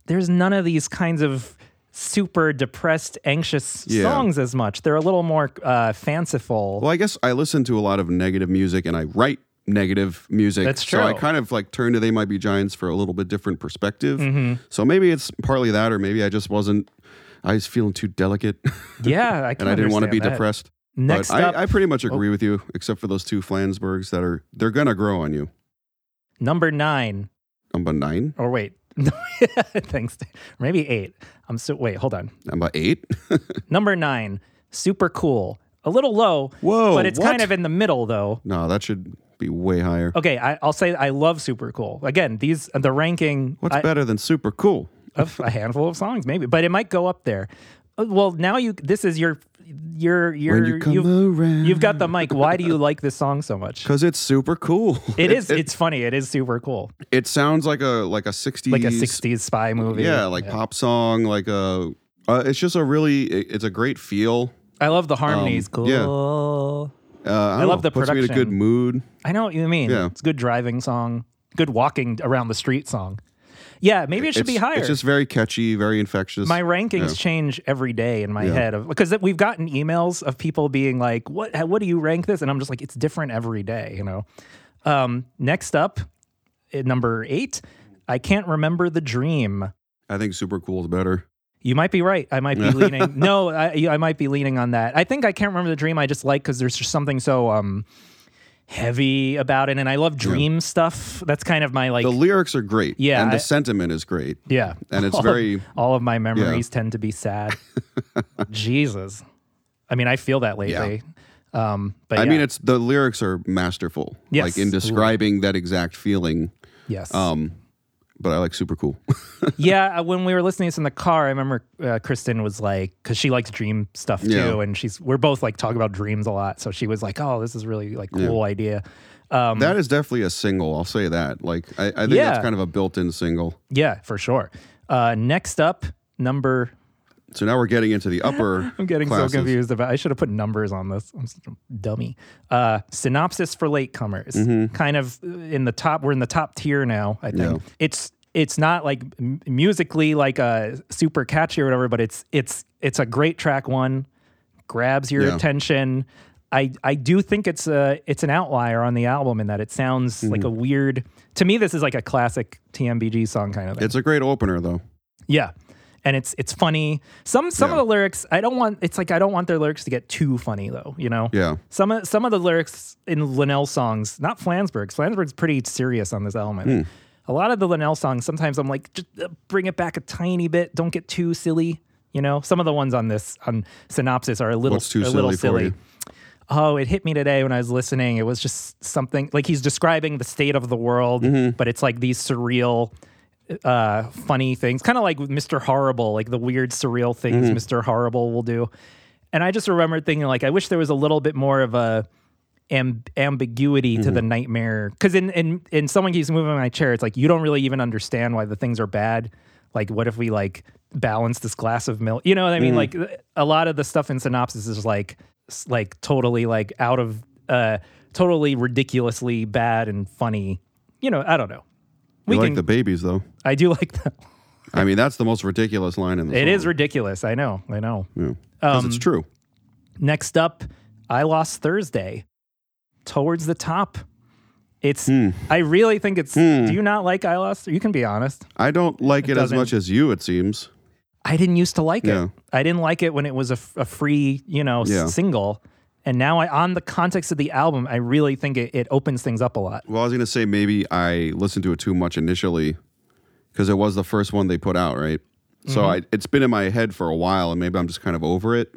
there's none of these kinds of super depressed, anxious Yeah. songs as much. They're a little more uh, fanciful. Well, I guess I listen to a lot of negative music, and I write negative music. That's So I true. kind of like turn to "They Might Be Giants" for a little bit different perspective. Mm-hmm. So maybe it's partly that, or maybe I just wasn't. I was feeling too delicate, [laughs] yeah, I can and I didn't want to understand be that. depressed. Next but up, oh. I, I pretty much agree with you, except for those two Flansburgs that are they're gonna grow on you. number nine. Number nine, Or wait, [laughs] thanks. Maybe eight. I'm so wait. Hold on. number eight. [laughs] Number nine, super cool. A little low. Whoa, but it's what? kind of in the middle though. no, that should be way higher. Okay, I, I'll say I love Super Cool. Again, these the ranking. What's I- better than super cool? of a handful of songs, maybe, but it might go up there. Uh, Well, now you, this is your, your, your, When you come have around. you've got the mic. Why do you like this song so much? [laughs] Cause it's super cool. It is, it's funny. It is super cool. [laughs] It sounds like a like a sixties, Like a 60s spy movie. yeah, like pop song, like a. Uh, it's just a really, it- it's a great feel. I love the harmonies. Um, cool. yeah. Uh, I, don't love know, the puts Me in a good production. mood. I know what you mean. Yeah. It's a good driving song, good walking around the street song. Yeah, maybe it should be It's- higher. It's just very catchy, very infectious. my rankings change every day in my Yeah. head of because we've gotten emails of people being like, "What? What do you rank this?" And I'm just like, "It's different every day," you know. Um, next up, at eh, number eight, I can't remember the dream. I think super cool is better. You might be right. I might be [laughs] leaning. No, I, I might be leaning on that. I think I can't remember the dream. I just like because there's just something so um heavy about it, and I love dream stuff. That's kind of my like. The lyrics are great. Yeah, And the I- Oh, sentiment is great. yeah, And [laughs] it's All of- very- All of my memories tend to be [laughs] sad. Jesus, I mean, I feel that lately. Um, but I yeah. mean, it's the lyrics are masterful. Yes. Like in describing that exact feeling. yes. Um, but I like super cool. [laughs] yeah, uh, when we were listening to this in the car, I remember uh, Kristen was like, because she likes dream stuff too, Yeah. and she's we're both like talking about dreams a lot, so she was like, "Oh, this is really like cool idea." Um, that is definitely a single. I'll say that. Like I, I think Yeah. that's kind of a built-in single. yeah, for sure. Uh, next up, number. So now we're getting into the upper. [laughs] I'm getting classes. so confused about. I should have put numbers on this. I'm such a dummy. Uh, synopsis for latecomers, Mm-hmm. kind of uh, in the top. We're in the top tier now. I think it's it's not like m- musically like uh, super catchy or whatever, but it's it's it's a great track one. grabs your Yeah. attention. I I do think it's a it's an outlier on the album in that it sounds Mm-hmm. like a weird to me this is like a classic TMBG song kind of thing. It's a great opener though. yeah. And it's it's funny. Some some Yeah. of the lyrics I don't want it's like I don't want their lyrics to get too funny though, you know. Yeah. Some of some of the lyrics in Linnell songs, not Flansburgh's. Flansburgh's pretty serious on this element. Hmm. A lot of the Linnell songs, sometimes I'm like, just uh, bring it back a tiny bit. Don't get too silly. You know, some of the ones on this on synopsis are a little What's too a little silly for silly. you? Oh, it hit me today when I was listening. It was just something like he's describing the state of the world, Mm-hmm. but it's like these surreal, uh, funny things, kind of like with Mr. Horrible, like the weird, surreal things Mm-hmm. Mr. Horrible will do. And I just remembered thinking, like, I wish there was a little bit more of a am- ambiguity to Mm-hmm. the nightmare. Because in, in in someone keeps moving my chair, it's like you don't really even understand why the things are bad. Like, what if we like balance this glass of milk? You know what I mean? Mm-hmm. Like, th- a lot of the stuff in synopsis is like s- like totally like out of uh totally ridiculously bad and funny. You know, I don't know. We We like can. the babies though. I do like [laughs] that. I mean, that's the most ridiculous line in the It song. is um, ridiculous. I know. I know. Yeah. 'Cause it's true. Next up, I Lost Thursday. Towards the top. It's Hmm. I really think it's do you not like I Lost? You can be honest. I don't like it, as doesn't- much as you. It seems. I didn't used to like Yeah. it. I didn't like it when it was a, f- a free, you know, s- Yeah. single. And now I on the context of the album, I really think it, it opens things up a lot. Well, I was gonna say maybe I listened to it too much initially because it was the first one they put out, right? Mm-hmm. So I, it's been in my head for a while, and maybe I'm just kind of over it.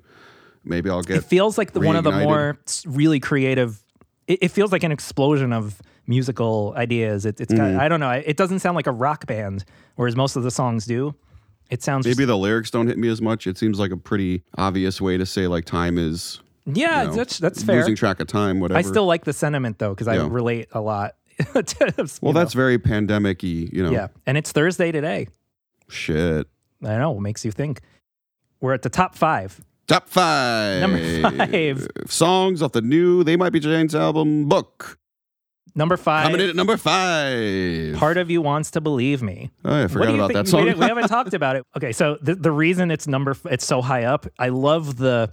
Maybe I'll It [laughs] get. feels like the one of the Reignited. more s- really creative it, it feels like an explosion of musical ideas. It, it's Mm-hmm. got, I don't know. It doesn't sound like a rock band, whereas most of the songs do. It sounds just maybe the lyrics don't hit me as much. It seems like a pretty obvious way to say like time is Yeah, you know, that's that's fair. losing track of time, whatever. I still like the sentiment though because I Yeah. relate a lot. [laughs] well, that's very pandemic-y, you know. yeah, and it's Thursday today. Shit. I know, it makes you think. We're at the top five. Top five. Number five. Songs off the new They Might Be Giants album book. Number five. Coming in at number five. Part of you wants to believe me. oh, yeah, I What forgot do you about think- that song. We, we [laughs] haven't talked about it. Okay, so the, the reason it's number f- it's so high up, I love the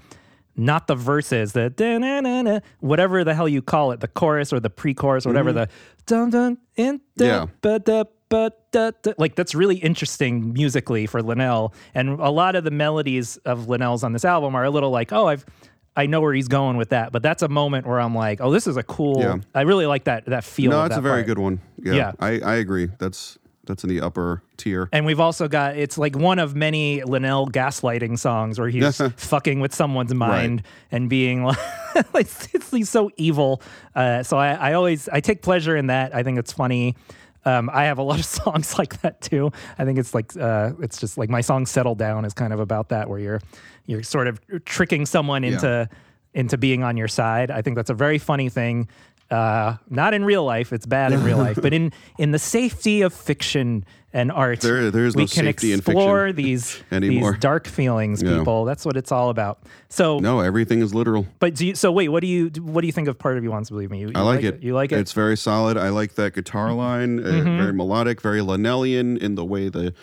not the verses, the da-na-na-na, whatever the hell you call it, the chorus or the pre-chorus or whatever the dun dun in Mm-hmm. Yeah. da, ba, da, ba, da, da. like that's really interesting musically for Linnell, and a lot of the melodies of Linnell's on this album are a little like, oh, I've. I know where he's going with that, but that's a moment where I'm like, "Oh, this is a cool." Yeah. I really like that that feel. no, of that's that a very part. good one. Yeah, Yeah. I, I agree. That's that's in the upper tier. [laughs] And we've also got it's like one of many Linnell gaslighting songs where he's fucking with someone's mind and being like, [laughs] it's, it's he's so evil. Uh, so I, I always I take pleasure in that. I think it's funny. Um, I have a lot of [laughs] songs like that too. I think it's like uh, it's just like my song "Settle Down" is kind of about that, where you're you're sort of tricking someone into into being on your side. I think that's a very funny thing. Uh, not in real life; it's bad in real life, but [laughs] in in the safety of fiction and art, There- there is we no can safety in fiction explore these anymore. these dark feelings, people. That's what it's all about. So, No, everything is literal. but do you? So wait, what do you? What do you think of part of you wants to believe me? You, you I like, it. You like it? Mm-hmm. It's very solid. I like that guitar line. uh, very melodic, very Linnellian in the way the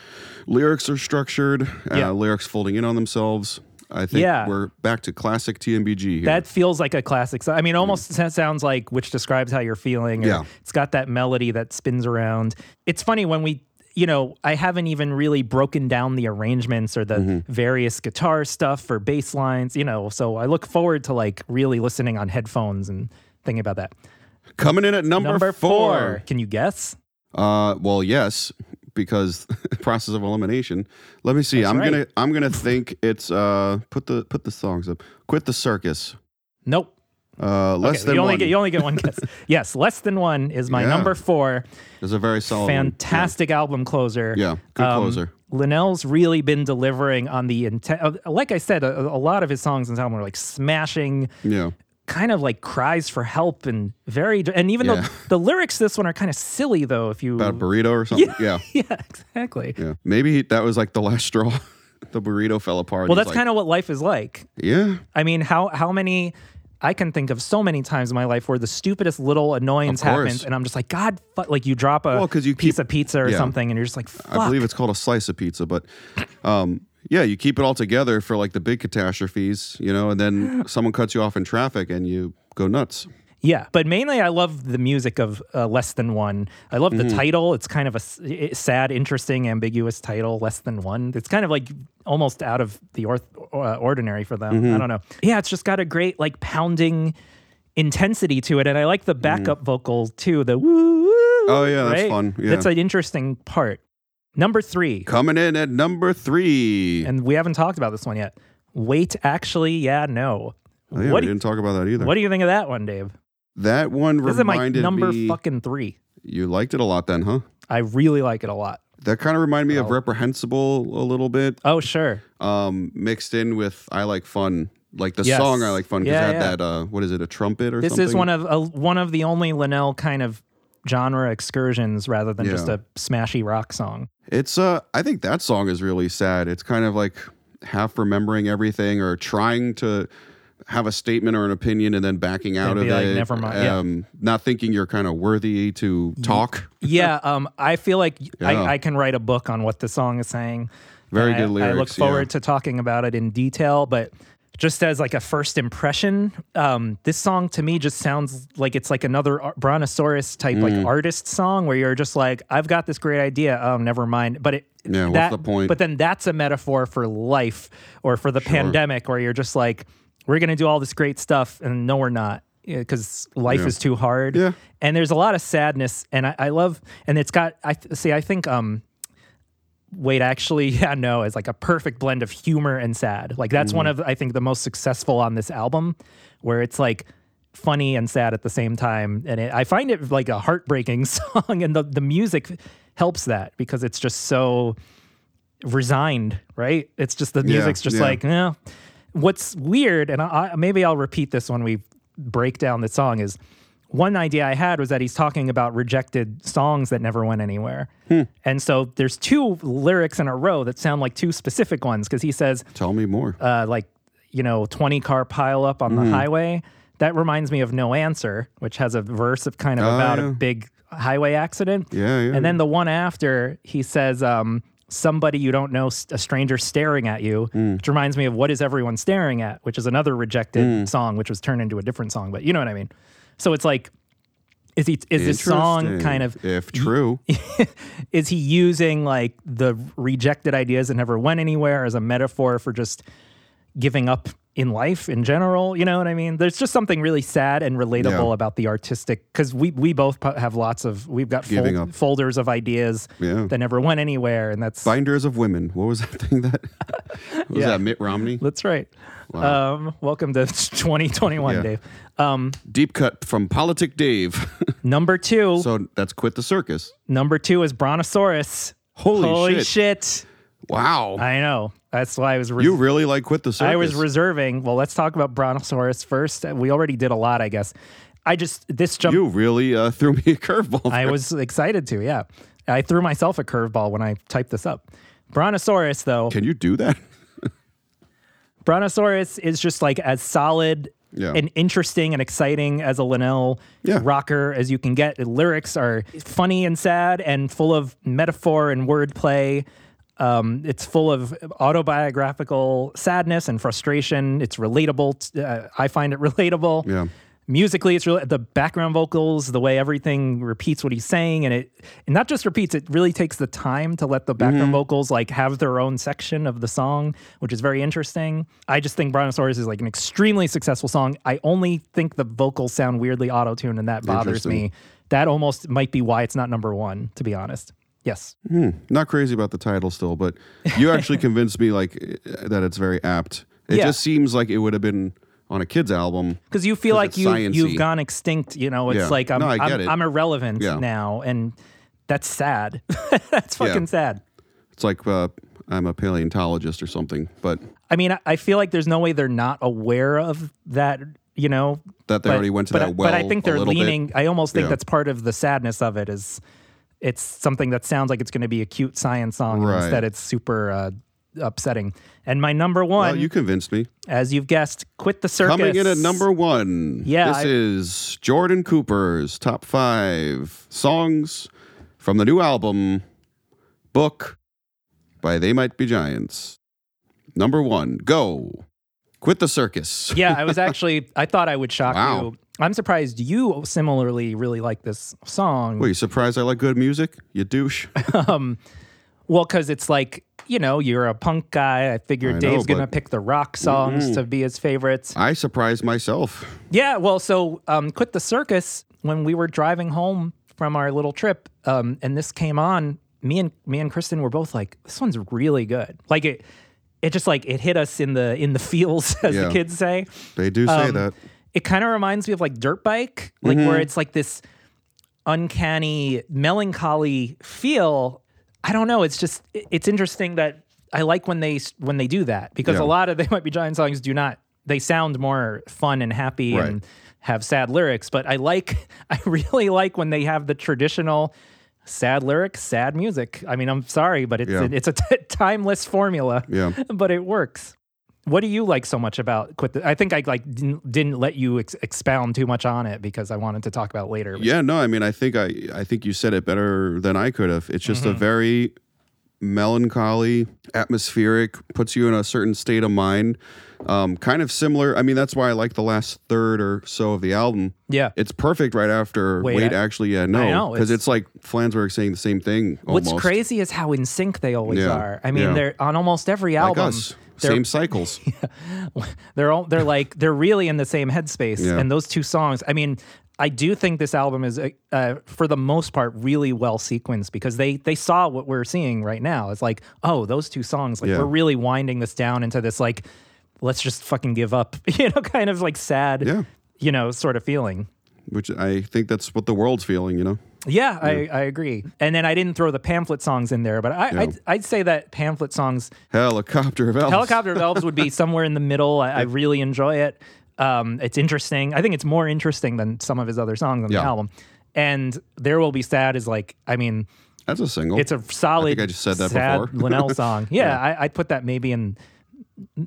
lyrics are structured. Uh, Yeah. Lyrics folding in on themselves. I think Yeah. we're back to classic TMBG here. That feels like a classic. So- I mean, almost sa- sounds like which describes how you're feeling. or Mm. Yeah. It's got that melody that spins around. It's funny when we you know, I haven't even really broken down the arrangements or the Mm-hmm. various guitar stuff or bass lines, you know. So I look forward to like really listening on headphones and thinking about that. Coming in at number, Number four. four. Can you guess? Uh, well, yes, because [laughs] process of elimination. Let me see. I'm right. gonna I'm gonna think it's uh put the put the songs up. Quit the circus. Nope. Uh, less Okay, than you only one. get you only get one [laughs] guess. yes, less than one is my Yeah. number four. There's a very solid. one. Fantastic Um, album closer. Um, Yeah, good closer. Linnell's really been delivering on the intent. uh, Like I said, a, a lot of his songs in this album are like smashing, Yeah. kind of like cries for help and very. And even Yeah. though [laughs] the lyrics to this one are kind of silly, though, if you. About a burrito or something. Yeah. [laughs] yeah, exactly. Yeah. Maybe he, that was like the last [laughs] straw. the burrito fell apart. Well, that's kind of what life is like. of yeah. I mean, how how many I can think of so many times in my life where the stupidest little annoyance Of course. happens, and I'm just like, God, fu-, like you drop a Well, 'cause you piece keep- of pizza or yeah. something, and you're just like, fuck. I believe it's called a slice of pizza, but um, yeah, you keep it all together for like the big catastrophes, you know, [gasps] and then someone cuts you off in traffic and you go nuts. yeah, but mainly I love the music of uh, Less Than One. I love Mm-hmm. the title. It's kind of a s- i- sad, interesting, ambiguous title, Less Than One. It's kind of like almost out of the orth- uh, ordinary for them. Mm-hmm. I don't know. Yeah, it's just got a great like pounding intensity to it, and I like the backup vocal too. The woo. Mm-hmm. Oh yeah, that's fun. Yeah. That's an interesting part. Number three, Coming in at number three. and we haven't talked about this one yet. Wait, actually, yeah, no. Oh, yeah, what, we do, didn't talk about that either. what do you think of that one, Dave? that one This is my reminded number me. fucking three. you liked it a lot then, huh? I really like it a lot. That kind of reminded me of Oh. Reprehensible a little bit, Oh, sure. um, mixed in with I Like Fun, like the Yes. song I Like Fun, because Yeah, it had yeah. that, uh, what is it, a trumpet or This something? is one of uh, one of the only Linnell kind of genre excursions rather than just Yeah. a smashy rock [laughs] song. It's uh I think that song is really sad. It's kind of like half remembering everything or trying to have a statement or an opinion and then backing out of be like, it. "Never mind," yeah. Um, not thinking you're kind of worthy to talk. yeah, um, I feel like Yeah. I, I can write a book on what the song is saying. Very And good I, I look lyrics, yeah. forward to talking about it in detail, but just as like a first impression, um, this song to me just sounds like it's like another Ar- Brontosaurus type Mm. like artist song where you're just like, I've got this great idea. Oh, never mind. But it. Yeah, what's the point? But then that's a metaphor for life or for the pandemic where you're just like, we're going to do all this great stuff. And no, we're not because life is too hard Yeah. and there's a lot of sadness and i, I love and it's got i th- see i think um wait actually [laughs] yeah no it's like a perfect blend of humor and sad like that's one Mm-hmm. of i think the most successful on this album where it's like funny and sad at the same time and it, i find it like a heartbreaking [laughs] song and the, the music helps that because it's just so resigned, right? It's just the music's just yeah. like, no. What's weird, and I, I, maybe I'll repeat this when we break down the song, is one idea I had was that he's talking about rejected songs that never went anywhere. Hmm. And so there's two lyrics in a row that sound like two specific ones because he says, Tell me more. uh, like you know 20 car pile up on Hmm. the highway that reminds me of no answer which has a verse of kind of about Oh, yeah. a big highway accident Yeah, yeah, and then the one after he says um, somebody you don't know s- a stranger staring at you Mm. which reminds me of what is everyone staring at which is another rejected Mm. song which was turned into a different song but you know what i mean so it's like is he is this song Interesting, kind of if [laughs] true. is he using like the rejected ideas that never went anywhere as a metaphor for just giving up in life in general you know what i mean there's just something really sad and relatable Yeah. about the artistic because we we both po- have lots of we've got Giving fol- up. folders of ideas Yeah. that never went anywhere and that's Binders of women. What was that thing that what was Yeah. that Mitt Romney? that's right um welcome to [laughs] 2021 Yeah. dave um Deep cut from Politic Dave. [laughs] number two so that's quit the circus. number two is brontosaurus Holy shit. shit. Wow. i know that's why i was res- you really like quit the circus. I was reserving. Well, let's talk about Brontosaurus first. Uh, We already did a lot, I guess. I just this jump. you really uh, threw me a curveball. I was excited to. Yeah, I threw myself a curveball when I typed this up. Brontosaurus, though, [laughs] Can you do that? Brontosaurus is just like as solid Yeah. and interesting and exciting as a Linnell Yeah. rocker as you can get. The lyrics are funny and sad and full of metaphor and wordplay. Um, it's full of autobiographical sadness and frustration. It's relatable. t- uh, I find it [laughs] relatable. Yeah. musically it's really the background vocals the way everything repeats what he's saying and it and not just repeats it really takes the time to let the background Mm-hmm. vocals like have their own section of the song which is very interesting i just think brontosaurus is like an extremely successful song i only think the vocals sound weirdly auto-tuned and that bothers Interesting. me that almost might be why it's not number one to be honest yes Not crazy about the title still, but you [laughs] actually convinced me like uh, that it's very apt. It Yeah. just seems like it would have been on a kid's album. because you feel 'Cause like it's you science-y. you've gone extinct. You know, it's Yeah. like I'm No, I get I'm, it. I'm irrelevant Yeah. now, and that's sad. [laughs] that's fucking sad. It's like uh, I'm a paleontologist or something, but I mean, I, I feel like there's no way they're not aware of that. You know, that they already went to but, that well. But I think a they're little bit. leaning. I almost think Yeah. that's part of the sadness of it is it's something that sounds like it's going to be a cute science song and Right. instead it's super uh, upsetting. And my number one, Well, you convinced me. as you've guessed, quit the circus. Coming in at number one. Yeah, This I- is Jordan Cooper's top five songs from the new album, Book by They Might Be Giants. Number one, go. Quit the circus. yeah, I was actually. I thought I would shock Wow. you. I'm surprised you similarly really like this song. Were you surprised I like good music? You [laughs] douche. Well, because it's like you know you're a punk guy. I figured I know, Dave's gonna but- Mm-hmm. pick the rock songs to be his favorites. I surprised myself. Yeah. Well, so um, quit the circus when we were driving home from our little trip, um, and this came on. Me and me and Kristen were both like, this one's really good. Like it, it just like it hit us in the in the [laughs] feels, as Yeah. the kids say. They do Um, say that. it kind of reminds me of like dirt bike like Mm-hmm. where it's like this uncanny melancholy feel i don't know it's just it- it's interesting that i like when they when they do that because Yeah. a lot of [laughs] they might be giant songs do not they sound more fun and happy Right. and have sad lyrics but i like [laughs] i really like when they have the traditional sad lyrics sad music i mean i'm sorry but it's Yeah. it's a [laughs] t- timeless formula Yeah. [laughs] but it works what do you like so much about quit? The, I think I like didn't, didn't let you ex- expound too much on it because I wanted to talk about it later. Yeah, no, I mean, I think I, I think you said it better than I could have. It's just Mm-hmm. a very melancholy, atmospheric, puts you in a certain state of mind. Um, kind of similar. I mean, that's why I like the last third or so of the album. Yeah. It's perfect right after. Wait, Wait, I- actually, yeah, know, no, because it's- it's, like Flansburgh saying the same thing. What's almost. crazy is how in sync they always Yeah, are. I mean, yeah. they're on almost every Like album. us, They're [laughs] same cycles. they're all they're like they're really in the same headspace. Yeah. And those two songs, I mean, I do think this album is uh, uh, for the most part really well sequenced because they they saw what we're seeing right now. It's like, oh, those two songs, like Yeah. we're really winding this down into this like, let's just fucking give up, [laughs] you know, kind of like sad, Yeah. you know, sort of feeling. which I think that's what the world's feeling, you know? Yeah, I, I agree. And then I didn't throw the pamphlet songs in there, but I, I'd, I'd say that pamphlet songs, Helicopter of [laughs] Elves. Helicopter of Elves would be somewhere in the middle. I, I really enjoy it. Um, it's interesting. I think it's more interesting than some of his other songs on Yeah. the album. And There Will Be Sad is like, I mean, That's a single. it's a solid. I just said that sad [laughs] before. Linnell song. [laughs] Yeah, I, I'd put that maybe in,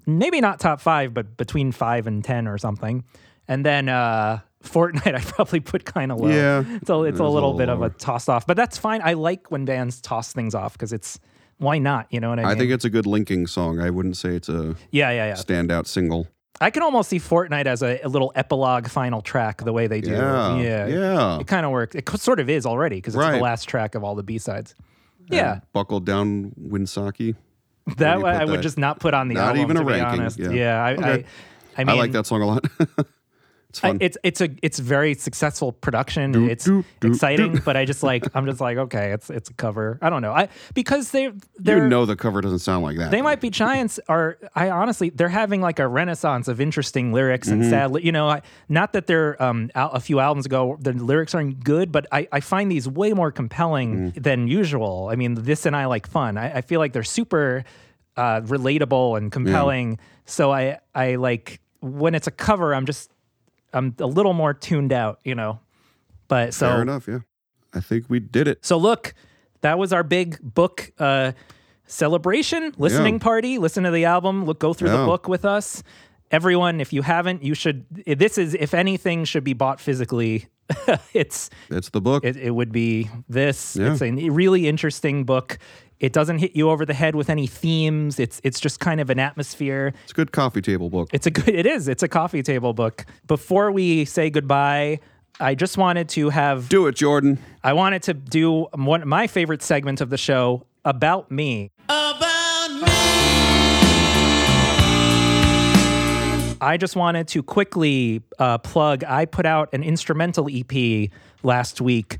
maybe not top five, but between five and ten or something. And then uh, Fortnite, [laughs] I probably put kind of low. Yeah, it's a, it's a a little little bit lower. of a toss off, but that's fine. I like when bands toss things off because it's why not? You know what I mean? I think it's a good linking song. I wouldn't say it's a yeah, yeah, yeah. standout single. I can almost see Fortnite as a, a little epilogue final track the way they do. Yeah. yeah. Yeah. It kind of works. It co- sort of is already because it's the Right. last track of all the B sides. Yeah, Buckled down Winsaki. that you way put I would that? just not put on the Not album. even a to ranking, Be honest. yeah. I, Okay. I, I mean, I like that song a lot. [laughs] it's I- fun. it's it's a it's very successful production. Doo, it's doo, doo, exciting, but I just like I'm just like okay, it's it's a cover. I don't know. I because they they're you know the cover doesn't sound like that. They might be giants. Are I honestly? They're having like a renaissance of interesting lyrics and sadly, you know, I, not that they're um, out a few albums ago. The lyrics aren't good, but I, I find these way more compelling than usual. I mean, this and I like fun. I, I feel like they're super uh, relatable and compelling. So I I like when it's a cover. I'm just I'm a little more tuned out, you know. But so Fair enough, yeah. I think we did it. so look, that was our big book uh, celebration, listening Yeah. party. Listen to the album. Look, go through the Yeah. book with us, everyone, if you haven't, you should. This is, if anything, should be bought physically. [laughs] it's It's the book. it, it would be this. Yeah. It's a really interesting book. It doesn't hit you over the head with any themes. It's it's just kind of an atmosphere. it's a good coffee table book. It's a good. It is. It's a coffee table book. Before we say goodbye, I just wanted to have. Do it, Jordan. I wanted to do one my favorite segment of the show about me. about me. I just wanted to quickly uh, plug. I put out an instrumental EP last week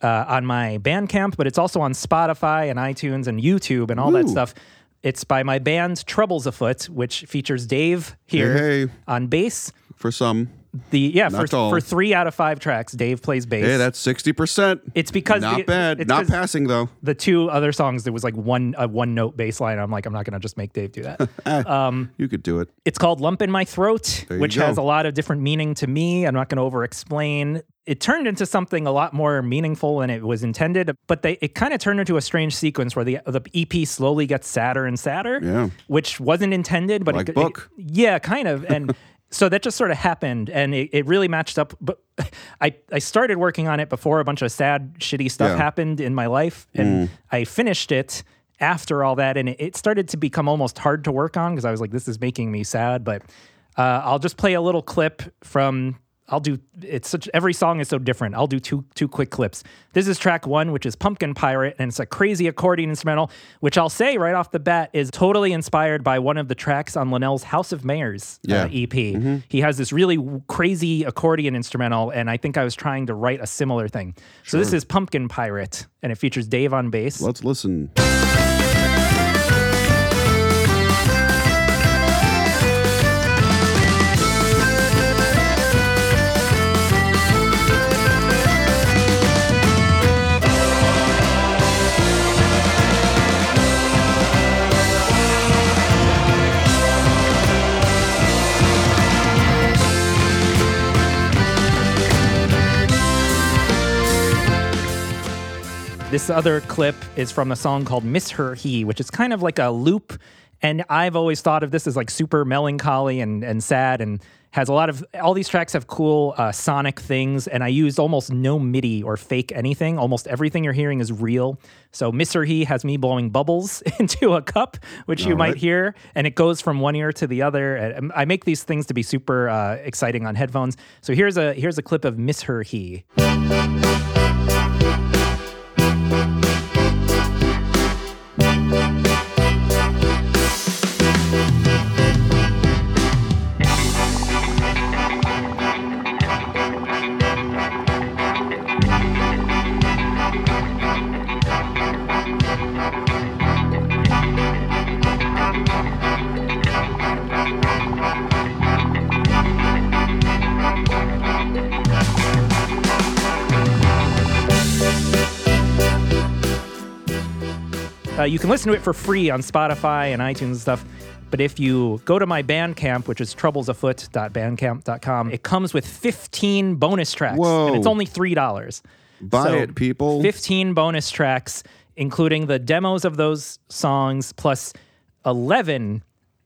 uh, on my Bandcamp, but it's also on Spotify and iTunes and YouTube and all that stuff. It's by my band Troubles Afoot, which features Dave here Hey, hey. on bass. For some. The yeah for, all. for three out of five tracks, Dave plays bass. Hey, that's 60%. it's because Not it- bad. it's Not 'cause- passing, though. the two other songs there was like one a one note bass line. I'm like, I'm not gonna just make Dave do [laughs] that. You could do it. it's called Lump in My Throat, you which go. has a lot of different meaning to me. I'm not gonna over explain. It turned into something a lot more meaningful than it was intended, but they it kind of turned into a strange sequence where the the EP slowly gets sadder and sadder. Yeah. Which wasn't intended, but Like it, Book. it- yeah, kind of. [laughs] And so that just sort of happened and it, it really matched up. But [laughs] I, I started working on it before a bunch of sad, shitty stuff Yeah. Mm. happened in my life. And I finished it after all that. And it, it started to become almost hard to work on because I was like, this is making me sad. But uh, I'll just play a little clip from. I'll do it's such every song is so different. I'll do two two quick clips. This is track 1 which is Pumpkin Pirate and it's a crazy accordion instrumental which I'll say right off the bat is totally inspired by one of the tracks on Linnell's House of Mayors Yeah. uh, EP. He has this really w- crazy accordion instrumental and I think I was trying to write a similar thing. So this is Pumpkin Pirate and it features Dave on bass. Let's listen. Uh, This other clip is from a song called Miss Her He, which is kind of like a loop. And I've always thought of this as like super melancholy and, and sad and has a lot of all these tracks have cool uh, sonic things. And I used almost no MIDI or fake anything. Almost everything you're hearing is real. So Miss Her He has me blowing bubbles [laughs] into a cup, which you might right. hear. And it goes from one ear to the other. And um, I make these things to be super uh, exciting on headphones. So here's a here's a clip of Miss Her He. Uh, you can listen to it for free on Spotify and iTunes and stuff. But if you go to my Bandcamp, which is troublesafoot.bandcamp.com, it comes with 15 bonus tracks. Whoa. And it's only $3. Buy So, it, people. 15 bonus tracks, including the demos of those songs, plus 11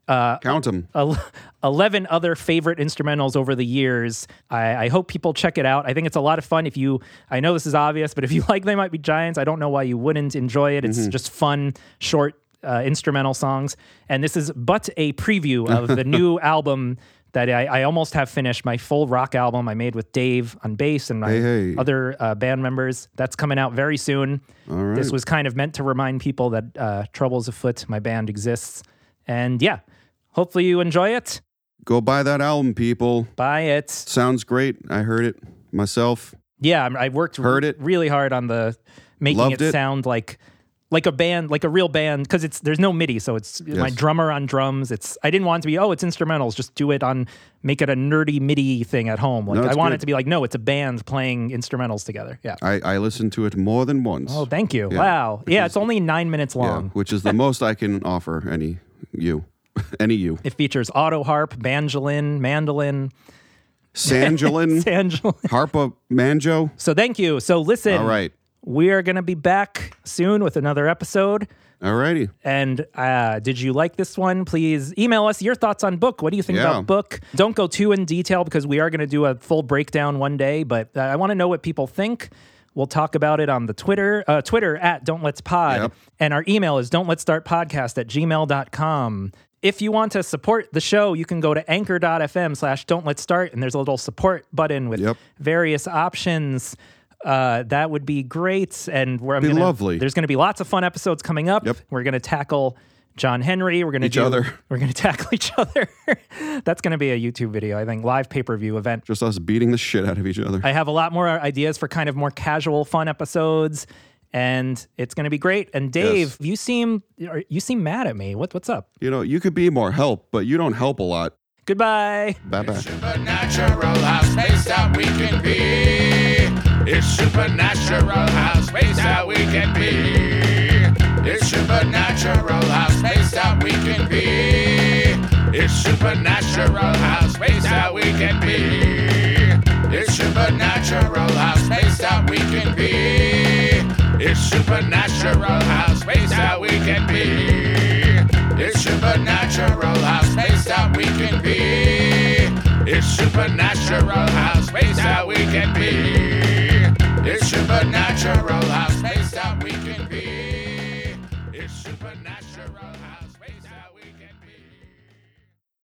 Count them. el- 11 other favorite instrumentals over the years. I, I hope people check it out. I think it's a lot of fun. If you, I know this is obvious, but if you [laughs] like They Might Be Giants, I don't know why you wouldn't enjoy it. Mm-hmm. It's just fun, short uh, instrumental songs. And this is but a preview of [laughs] the new album. That I, I almost have finished my full rock album I made with Dave on bass and my Hey, hey. other uh, band members. That's coming out very soon. This was kind of meant to remind people that uh, Troubles Afoot, my band, exists. And yeah, hopefully you enjoy it. Go buy that album, people. Buy it. Sounds great. I heard it myself. Yeah, I'm- I worked Heard it. really hard on the making Loved it. sound like like a band, like a real band, because it's there's no MIDI, so it's my Yes. drummer on drums. It's I didn't want it to be oh it's instrumentals, just do it on make it a nerdy MIDI thing at home. Like No, I it's want it good. Uh, to be like no, it's a band playing instrumentals together. Yeah. I, I listened to it more than once. Oh, thank you. Wow. Yeah, it's only nine minutes yeah, long. [laughs] which is the most I can offer any you. [laughs] [laughs] Any you. It features auto harp, banjolin, mandolin, [laughs] Sandulin, banjolin. Harpa Manjo. So thank you. So listen, [laughs] All right. we are going to be back soon with another episode. Alrighty. And uh, did you like this one? Please email us your thoughts on book. What do you think Yeah. about book? Don't go too in detail because we are going to do a full breakdown one day. But uh, I want to know what people think. We'll talk about it on the Twitter, uh, Twitter at Don't Let's Pod. Yep. And our email is don't let's start podcast at gmail.com. If you want to support the show, you can go to anchor.fm slash don't let's start. And there's a little support button with Yep. various options. Uh, that would be great. And we're I'm Be gonna- lovely. There's going to be lots of fun episodes coming up. Yep. We're going to tackle John Henry. We're going to Each other. [laughs] We're going to tackle each other. [laughs] That's going to be a YouTube video, I think, live pay per view event. Just us beating the shit out of each other. I have a lot more ideas for kind of more casual, fun episodes, and it's going to be great. And Dave, Yes. you seem you seem mad at me. What what's up? you know, you could be more help, but you don't help a lot. Goodbye. Bye bye. Supernatural how spaced out we can be. It's supernatural how spaced out we can be. It's supernatural how spaced out we can be. It's supernatural how spaced out we can be. It's supernatural how spaced out we can be. It's supernatural how spaced out we can be. It's supernatural how spaced out we can be. It's supernatural how spaced out we can be.